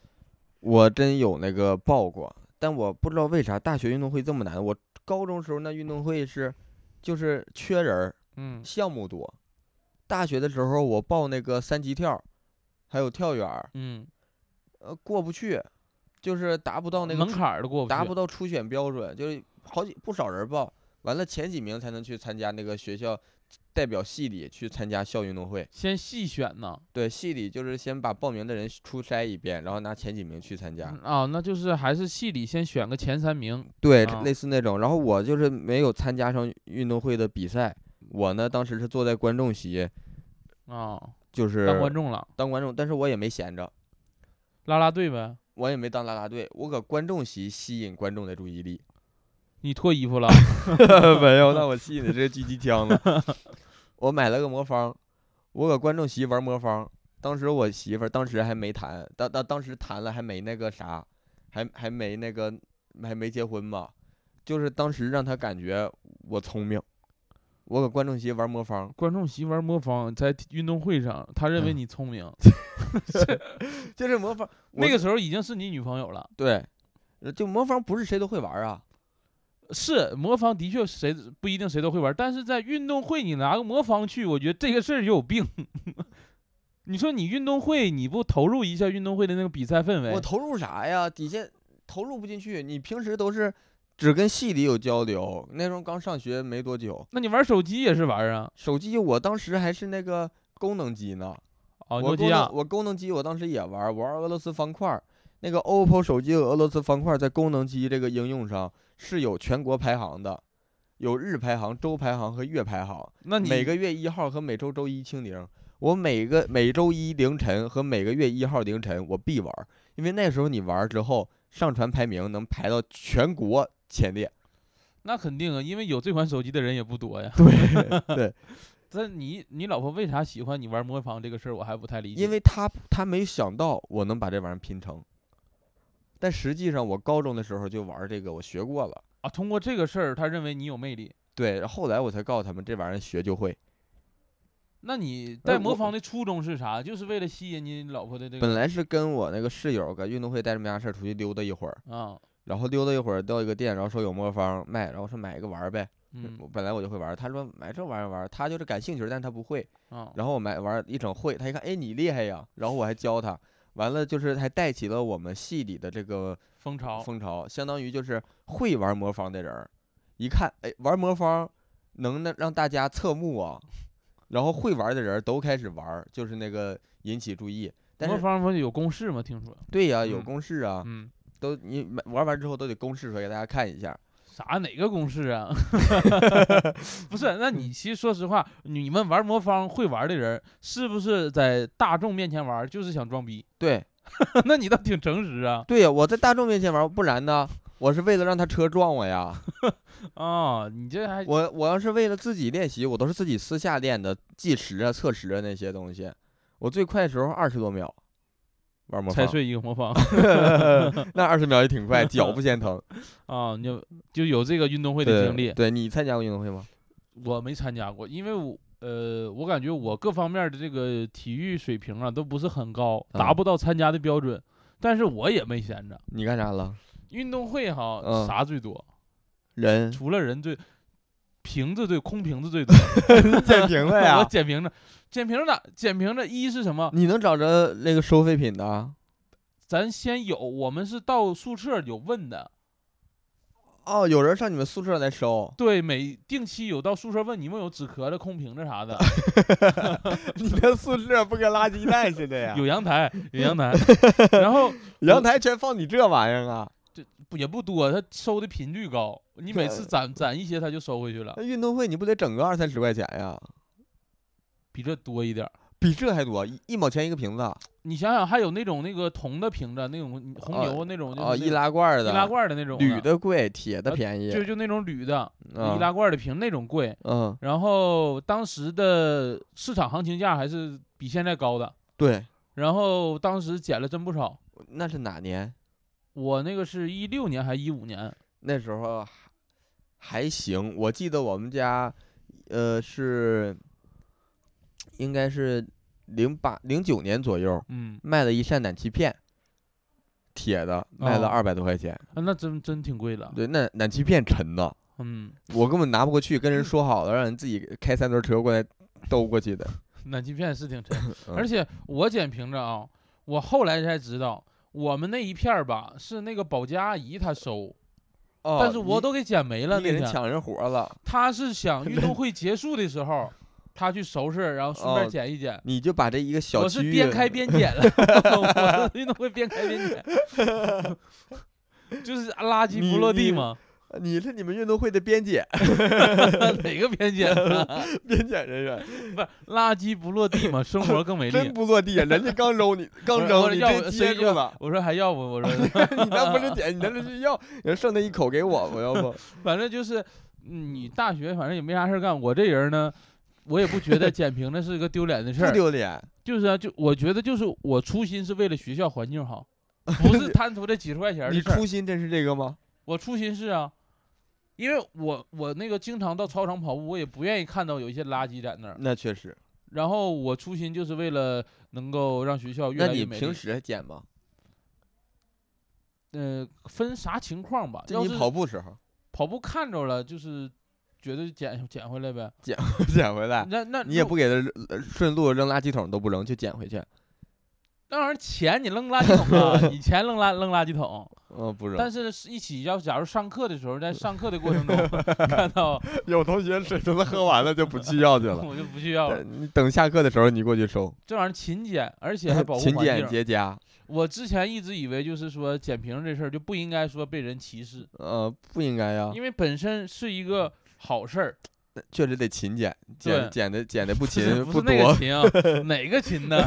我真有那个报过，但我不知道为啥大学运动会这么难。我高中时候那运动会是就是缺人儿，嗯，项目多。大学的时候我报那个三级跳，还有跳远儿，嗯，呃，过不去，就是达不到那个门初槛儿都过不去，达不到初选标准，就是好几不少人报，完了前几名才能去参加那个学校代表系里去参加校运动会。先细选呐。对，系里就是先把报名的人初筛一遍，然后拿前几名去参加嗯。啊，那就是还是系里先选个前三名，对，啊类似那种。然后我就是没有参加上运动会的比赛，我呢当时是坐在观众席，啊，就是当观众了，当观众，但是我也没闲着，拉拉队呗。我也没当啦啦队，我搁观众席吸引观众的注意力。你脱衣服 了没 有，那我吸引的这是狙击枪了。我买了个魔方，我搁观众席玩魔方。当时我媳妇儿当时还没谈，当当当时谈了还没那个啥，还还没那个还没结婚嘛，就是当时让她感觉我聪明。我搁观众席玩魔方，观众席玩魔方，在运动会上，他认为嗯你聪明， 就是魔方我那个时候已经是你女朋友了。对，呃就魔方不是谁都会玩儿啊。是魔方的确谁不一定谁都会玩，但是在运动会你拿个魔方去，我觉得这个事儿就有病。 你说你运动会你不投入一下运动会的那个比赛氛围我？投入啥呀？底下投入不进去。你平时都是只跟系里有交流，那时候刚上学没多久，那你玩手机也是玩啊？手机我当时还是那个功能机呢。哦，诺我基功亚能我功能机我当时也玩儿，玩儿俄罗斯方块儿。那个 OPPO 手机有俄罗斯方块儿在功能机这个应用上是有全国排行的，有日排行、周排行和月排行。那你每个月一号和每周周一清零，我每个每周一凌晨和每个月一号凌晨我必玩儿，因为那时候你玩儿之后上传排名能排到全国前列。 那肯定啊，因为有这款手机的人也不多呀。对对，但你你老婆为啥喜欢你玩魔方这个事儿，我还不太理解。因为他他没想到我能把这玩意儿拼成，但实际上我高中的时候就玩儿这个，我学过了。啊，通过这个事儿，他认为你有魅力。对，后来我才告诉他们这玩意儿学就会。那你呃带魔我方的初衷是啥？就是为了吸引你老婆的这本个来是跟我那个室友搁运动会带着没啥事儿出去溜达一会儿，啊，然后溜达一会儿到一个店，然后说有魔方卖，然后说买一个玩儿呗。嗯我本来我就会玩儿，他说买这玩意儿玩儿，他就是感兴趣，但他不会。啊，然后我买玩儿一整会，他一看，哎，你厉害呀！然后我还教他，完了就是还带起了我们系里的这个风潮风潮，相当于就是会玩魔方的人儿，一看，哎，玩魔方能那让大家侧目啊，然后会玩儿的人儿都开始玩儿，就是那个引起注意。但魔是方不是有公式吗？听说，对呀、有嗯公式啊，嗯，都你买玩完之后都得公示出来给大家看一下。啥哪个公式啊？ 不是，嗯那你其实说实话，你们玩魔方会玩的人，是不是在大众面前玩就是想装逼？ 对，那你倒挺诚实啊！对呀、我在大众面前玩儿，不然呢？我是为了让他车撞我 呀！啊、你这还我我要是为了自己练习，我都是自己私下练的，计时啊、测时啊那些东西。我最快的时候二十多秒，玩魔猜方，碎一个魔方那二十秒也挺快，脚不先疼。 啊、你就就有这个运动会的对经历，对你参加过运动会吗？我没参加过，因为我呃，我感觉我各方面的这个体育水平啊都不是很高，达嗯不到参加的标准。但是我也没闲着，你干啥了？运动会哈、嗯啥最多？人 除了人最瓶子最空瓶子最多，捡瓶啊子我呀？捡瓶子，捡瓶子，捡瓶子。一是什么？ 你能找着那个收废品的啊？咱先有，我们是到宿舍有问的，，哦，有人上你们宿舍来收 对，每定期有到宿舍问你们有纸壳子、空瓶子啥的，你的宿舍不跟垃圾袋似的呀有阳台，有阳 台，然后阳台全放你这玩意儿啊？不也不多，他收的频率高，你每次对攒攒一些他就收回去了那，运动会你不得整个二三十块钱呀？比这多一点儿。比这还多，一一毛钱一个瓶子啊！你想想，还有那种那个铜的瓶子，那种红哦牛那种，就是哦，那易种拉罐儿易的，拉罐儿的那种，铝，的贵，铁的呃便宜。就就那种铝的易嗯拉罐儿的瓶那种贵，嗯，然后当时的市场行情价还是比现在高的，对，然后当时捡了真不少。那是哪年？我那个是一六年还一五年，那时候还还行，我记得我们家，呃，是应该是零八零九年左右嗯，卖了一扇暖气片，铁的，卖了哦二百多块钱。啊、那真真挺贵的，嗯对，那暖气片沉呐，嗯，我根本拿不过去，跟人说好了，让人自己开三轮车过来兜过去的。暖气片是挺沉， 嗯而且我捡瓶子啊，我后来才知道。我们那一片儿吧，是那个保洁阿姨她收，哦但是我你都给捡没了。你给那人天抢人活了，她是想运 动会结束的时候，她去收拾，然后顺便哦捡一捡。你就把这一个小我区是边域开边 捡了，我是运动会边开边捡，就是垃圾你不落地你嘛。 你是你们运动会的编检 哪个边界？编检人员，不是 垃圾不落地嘛，生活更美 真丽。不落地啊！人家刚揉 你，刚我说我扔说你要不这接谁住要了，我说还要不？我说 你那不是捡，你那是去要，你剩那一口给我，我要 不 反正就是嗯你大学反正也没啥事儿干，我这人呢，我也不觉得捡瓶子是个丢脸的事不儿，丢脸。就是啊，就我觉得就是我初心是为了学校环 境好，不是贪图这几十块钱儿你的事儿初，心真是这个吗？我初心是啊。因为我我那个经常到操场跑步，我也不愿意看到有一些垃圾在那儿。那确实。然后我初心就是为了能够让学校越那来越你美丽。平时还捡吗？呃，分啥情况吧。就要你是跑步时候 跑步看着了，就是觉得捡捡回来呗。捡回来，那那啊你也如不给他呃顺路扔垃圾桶都不扔，就捡回 去。那玩意儿钱你扔垃圾 桶啊，你钱扔垃扔垃圾桶。嗯，不扔。但是是一起要假如上课的时候，在上课的过程 中看到，有同学水都喝完了就不去要去 了。我就不需要了。你等下课的时候你过去收，这玩意儿勤俭，而且还保护勤环俭境。节家。我之前一直以为就是说捡瓶这事儿就不应该说被人歧视，呃，不应该呀，因为本身是一个好事儿，确实得勤俭，对捡捡的捡的 不不是勤不是那多个。勤 啊，哪个勤呢？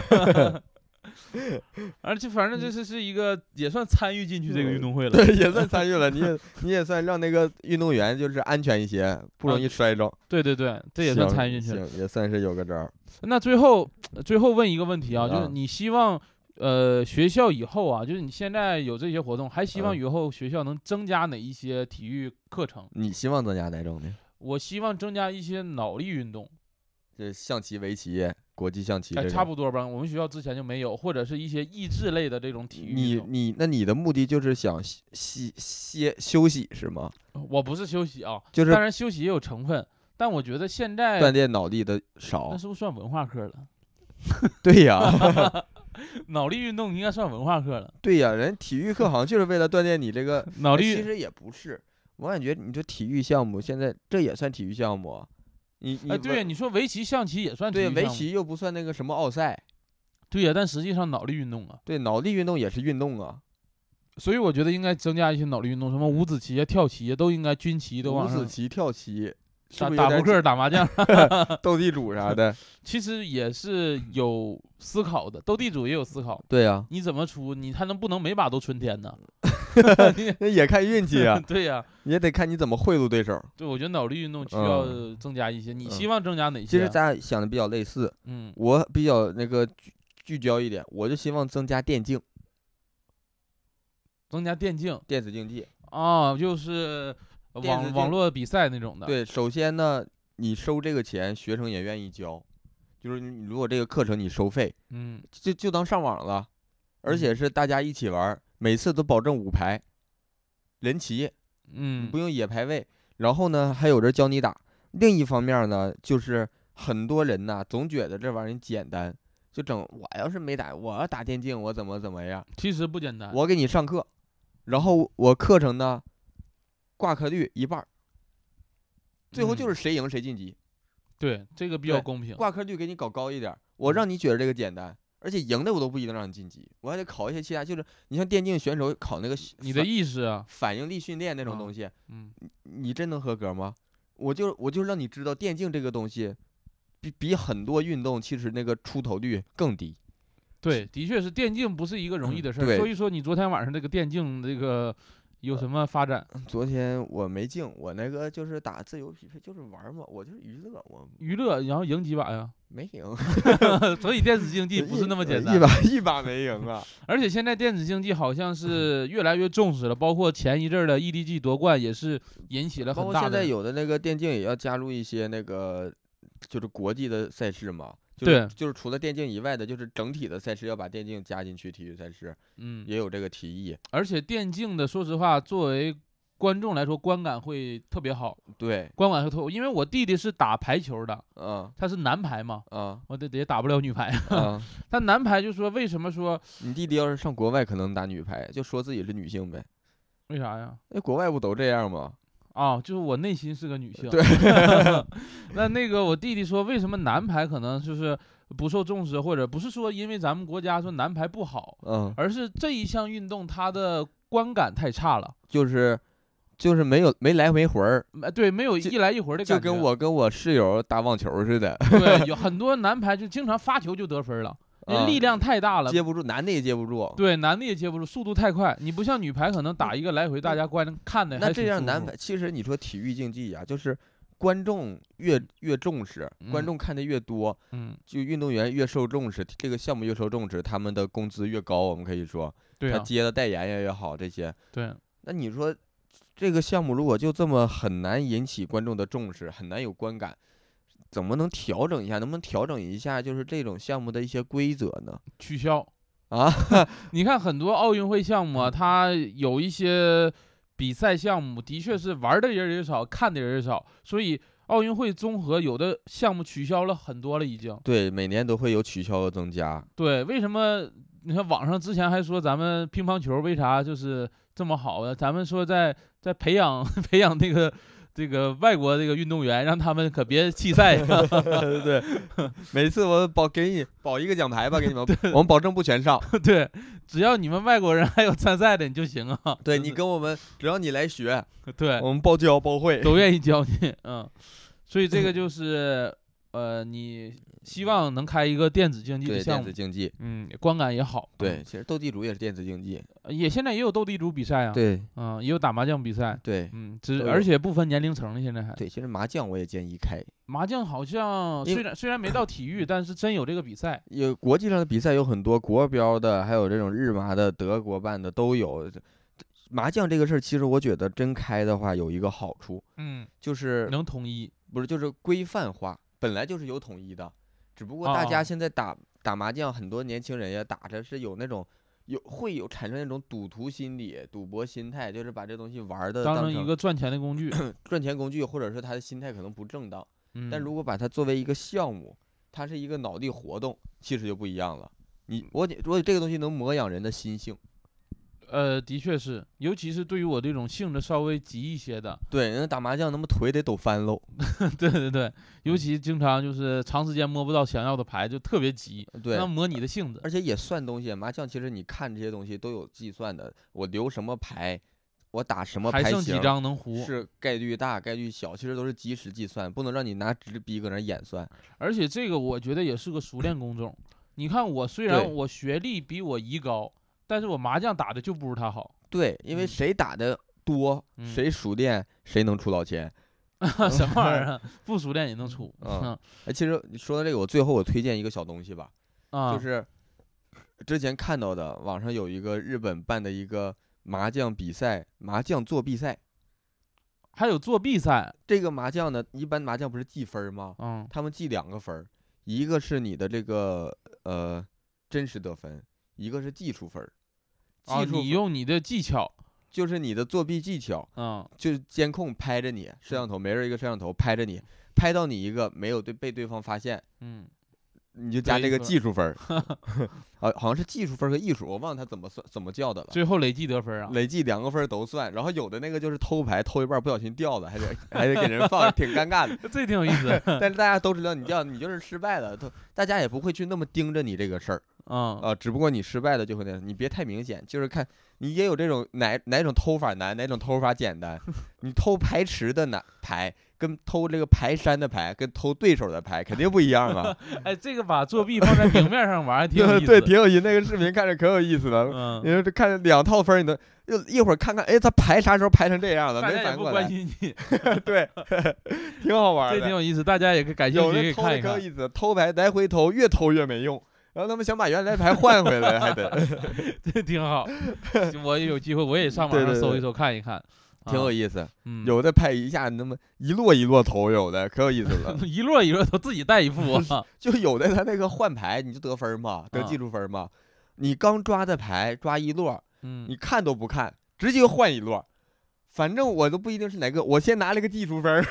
而且反正这是是一个也算参与进去这个运动会 了。对，也算参与了，你 也你也算让那个运动员就是安全一些，不容易摔着。对对啊对，这也算行参与进去了。行也算是有个招儿。那最后最后问一个问题啊，就是嗯你希望呃学校以后啊，就是你现在有这些活动，还希望嗯以后学校能增加哪一些体育课程？你希望增加哪种呢？我希望增加一些脑力运动，就是象棋、围棋、国际象棋这哎，种。差不多吧。我们学校之前就没有，或者是一些益智类的这种体育运你动。你那你的目的就是想歇歇歇休息是吗？呃我不是休息啊，就是当然休息也有成分，但我觉得现在锻炼脑力的少那。是不是算文化课 了？对呀、 脑力运动应该算文化课了。对呀、人体育课好像就是为了锻炼你这个。 脑哎力其实也不是，我感觉你这体育项目现在这也算体育项目啊。你你哎，对呀，围你说围棋、象棋也算体对育围项目，棋又不算那个什么奥赛，对呀，但实际上脑力运动啊，对脑力运动也是运动啊。所以我觉得应该增加一些脑力运动，什么五子棋啊、跳棋啊，都应该军棋都五往子上棋、跳棋，是打不是有打点扑克、打麻将， 斗地主啥的？其实也是有思考的，斗地主也有思考。对啊呀、你怎么出？你还能不能每把都春天呢？，那也看运气啊 对呀、你也得看你怎么贿赂对手。对，我觉得脑力运动需要嗯增加一些。你嗯希望增加哪些？啊其实咱俩想的比较类似，嗯，我比较那个聚聚焦一点，我就希望增加电竞、增加电竞电子竞技。啊，就是电子网竞网络比赛那种的。，对，首先呢，你收这个钱，学生也愿意交，就是你如果这个课程你收费，嗯，就就当上网了，而嗯且是大家一起玩儿，每次都保证五排，人齐，你嗯不，用野排位。然后呢，还有人教你打。另一方面儿呢，就是很多人呐，总觉得这玩意儿简单，就整我要是没打，我要打电竞，我怎么怎么样。其实不简单。我给你上课，然后我课程呢，挂科率一半儿，最后就嗯是谁赢谁晋级，对这个比较对公平。挂科率给你搞高一点儿，嗯我让你觉得这个简单，而且赢的我都不一定让你晋级，我还得考一些其他，就是你像电竞选手考那个训你的反意识啊，反应力训练那种啊东西，嗯，你真能合格吗？我就我就让你知道电竞这个东西。比比很多运动其实那个出头率更低，对，的确是电竞不是一个容易的事儿。嗯对呃所以说，你昨天晚上这个电竞这个有什么发展？嗯昨天我没进，我那个就是打自由匹配，就是玩儿嘛，我就是娱乐，我娱乐，然后赢几 把呀？没赢。所以电 子竞技不是那么简单一。把一把没赢 啊！而且现在电子竞技好像是越来越重视了，包括前一阵儿的 EDG 夺冠也是引起了包很括大现在的。有的那个电竞也要加入一些那个就是国际的赛事嘛，就对是就是除了电竞以外的，就是整体的赛事要把电竞加进去，体育赛事嗯，也有这个提议。而且电竞的，说实话，作为观众来说，观感会特别好，对，观感会特，因为我弟弟是打排球的，嗯他是男排嘛，啊我得也打不了女排。啊！ 他男排就说为什么说你弟弟要是上国外，可能打女排，就说自己是女性呗。为啥呀？那国外不都这样吗？啊，就是我内心是个女性。对， 那那个我弟弟说，为什么男排可能就是不受重视，或者不是说因为咱们国家说男排不好，嗯，而是这一项运动它的观感太差了。就是就是没有没来没回儿，没对，没有就一来一回的就感觉。跟我跟我室友打网球似的，对，有很多男排就经常发球就得分了，啊人力量太大了。接不住，男的也接不住。对，男的也接不住，速度太快。你不像女排，可能打一个来回，大家观看的那这样男排，其实你说体育竞技呀、就是观众越越重视，观嗯众看的越多，嗯，就运动员越受重视，这个项目越受重视，他们的工资越高。我们可以说，对他啊，接的代言也越好，这些。对，那你说这个项目如果就这么很难引起观众的重视，很难有观感，怎么能调整一下？能不能调整一下就是这种项目的一些规则呢？取消。啊， 你看很多奥运会项目啊，它有一些比赛项目的确是玩的人也少，看的人也少，所以奥运会综合有的项目取消了很多了已经。对，每年都会有取消和增加。对，为什么你看网上之前还说咱们乒乓球为啥就是这么好呢？咱们说在在培养 培养这个这个外国这个运动员，让他们可别弃赛 对对对， 每次我保给你保一个奖牌吧，给你 们，我们保证不全上。对，只要你们外国人还有参赛的你就行啊。 对就你是跟我们，只要你来学，对我们包教包会。都愿意教你，嗯，所以这个就是呃，你希望能开一个电子竞技的对，电项子目，竞技，嗯，观感也好，对，其实斗地主也是电子竞技。呃，也现在也有斗地主比赛啊，，对嗯，也有打麻将比赛，对嗯，都只有而且不分年龄层了，现在还。对，其实麻将我也建议开。麻将好像因虽然虽然没到体育，但是真有这个 比赛。有国际上的比赛有很多国标的，还有这种日麻的、德国办的都有。这麻将这个事儿，其实我觉得真开的话有一个好处，嗯，就是能统一。不是就是规范化，本来就是有统一的，只不过大啊家现在打、打麻将，很多年轻人呀打着是有那种有会有产生那种赌徒心理、赌博心态，就是把这东西玩的当呃成成一个赚钱的 工具。赚钱工具，或者说他的心态可能不正当。嗯，但如果把它作为一个项目，它是一个脑力活动，其实就不一样了。嗯你我得我得这个东西能磨养人的心性，呃，的确是，尤其是对于我这种性子稍微急一些的， 对，人家打麻将他妈腿得抖翻喽，对对对，嗯尤其经常就是长时间摸不到想要的牌，就特别急，对那，磨你的性子。而且也算东西。麻将其实你看这些东西都有计算的，我留什么牌，我打什么还牌剩几型张能胡？是概率大概率小，其实都是即时计算，不能让你拿纸笔搁那儿演算。而且这个我觉得也是个熟练工种。你看我虽对然我学历比我姨高，但是我麻将打的就不如她 好，对，因为嗯谁打的多，嗯谁熟练，谁能出老千。什么玩意儿啊？不熟练也能出。嗯哎，其实你说到这个，我最后我推荐一个小东西吧，啊，嗯就是之前看到的，网上有一个日本办的一个麻将比赛，麻将作弊赛。还有作弊赛，这个麻将呢，一般麻将不是计分儿吗？嗯他们计两个分儿，一个是你的这个呃真实得分，一个是技术分儿。啊，技术你分用你的技巧，就是你的作弊技巧，嗯，就是监控拍着你，摄像头每人一个摄像头拍着你，拍到你一个没有对被对方发现，嗯，你就加得这一个分技术分 儿。 啊，好像是技术分儿和艺术，我忘了他怎么算怎么叫的了。最后累计得分啊，累计两个分儿都算，然后有的那个就是偷牌偷一半儿不小心掉了，还得 还得给人放，挺尴尬 的。，这挺有意思 但是大家都知道你掉，你就是失败了，都大家也不会去那么盯着你这个事儿 嗯，啊、只不过你失败了就会那样，你别太明显，就是看你也有这种哪哪种偷法难，哪种偷法简 单。你偷牌池的难牌，跟偷这个牌山的牌，跟偷对手的牌肯定不一样啊。哎，这个把作弊放在明面上玩还 挺有意思，对，挺有意思，那个视频看着可有意思了。嗯你，说这看两套分儿，你都又一会儿看看，哎，他牌啥时候排成这样了？大没家也反应不过关来。心你，对，挺好玩这挺的。有意思，大家也可以感兴有的趣可以偷的看一可有看。意思，偷牌来回偷，越偷越没用。然后他们想把原来牌换回来，还 得这挺 好，我也有机会我也上网对上对搜对一搜看一看，挺有意意思。嗯，。有的牌一下那么一摞一摞投，有的可有意思了 一摞一摞都自己带一副 啊，就有的他那个换牌，你就得分嘛，得啊技术分嘛。你刚抓的牌抓一摞，你嗯，看都不看，直接换一摞。反正我都不一定是哪个，我先拿了个技术分儿，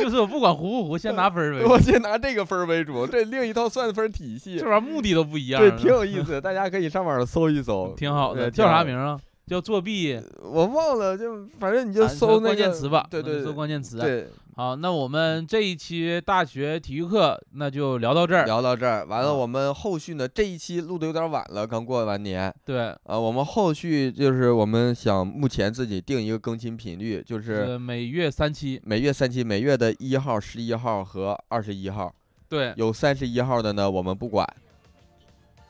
就是我不管糊不糊，先拿分儿我呗，先拿这个分儿为主，这另一套算分体系这，玩意儿目的都不一样对，了， 挺有意思，大家可以上网上搜一搜，挺好对的，挺叫好啥的名儿啊？叫作弊，我忘了，就反正你啊就你搜那关键个词吧，对我就对搜关键词。对，好，那我们这一期大学体育课那就聊到这儿。聊到这儿，完啊了我们后续呢，这一期录的有点晚了，刚过完年。对，啊，我们后续就是我们想目前自己定一个更新频率，就就是是呃每月三期。每月三期，每月的一号、十一号和二十一号。对，有三十一号的呢，我们不管，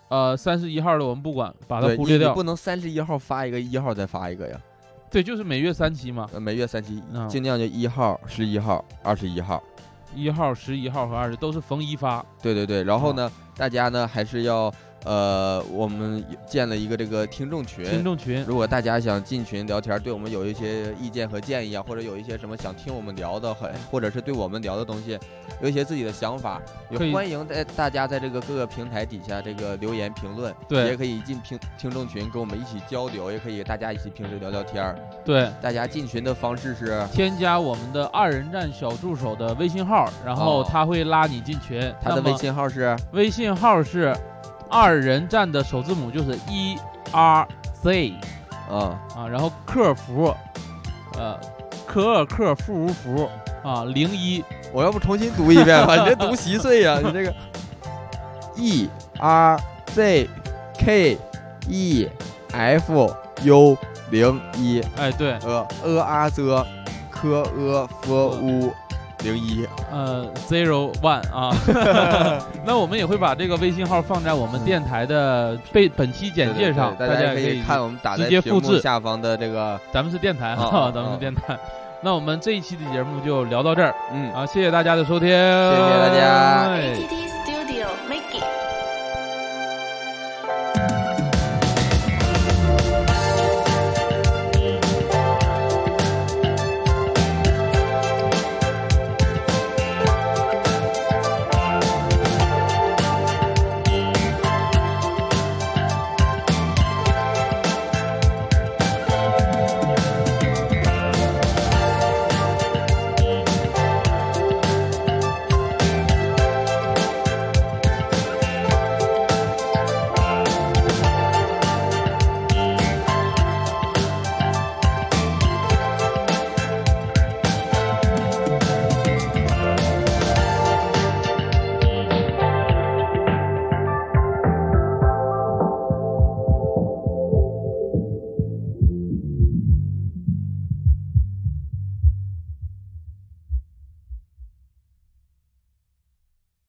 呃，三十一号的我们不管，把它对，忽你略你掉不。能三十一号发一个，一号再发一个呀。对，就是每月三期嘛，呃每月三期嗯，尽量就一号、十一号、二十一号。一号、十一号和二十都是逢一发。对对对，然后嗯呢，大家呢还是要呃，我们建了一个这个听众群，听众群，如果大家想进群聊天儿，对我们有一些意见和建议啊，或者有一些什么想听我们聊的，或或者是对我们聊的东西有一些自己的想法，可以也欢迎在大家在这个各个平台底下这个留言评论，对也可以进听听众群跟我们一起交流，也可以大家一起平时聊聊天儿。对，大家进群的方式是，添加我们的二人战小助手的微信号，然后哦他会拉你进群。他的那么微信号是微信号是二人战的首字母就是 E R Z 嗯，啊，然后客服，呃，可尔克服无服啊零一我要不重新读一遍 吧，你这读稀碎呀、你这个 E R Z K E F U 零一哎对，呃呃啊 z 科呃哦 f u 零一，呃 zero one 啊， 那我们也会把这个微信号放在我们电台的被本期简介上，对对对大大家可也以看我们打直在接屏复幕制下方的这个咱们是电台啊哈，啊 咱们是啊电台。那我们这一期的节目就聊到这儿嗯，啊，谢谢大家的收听，谢哎谢谢大家。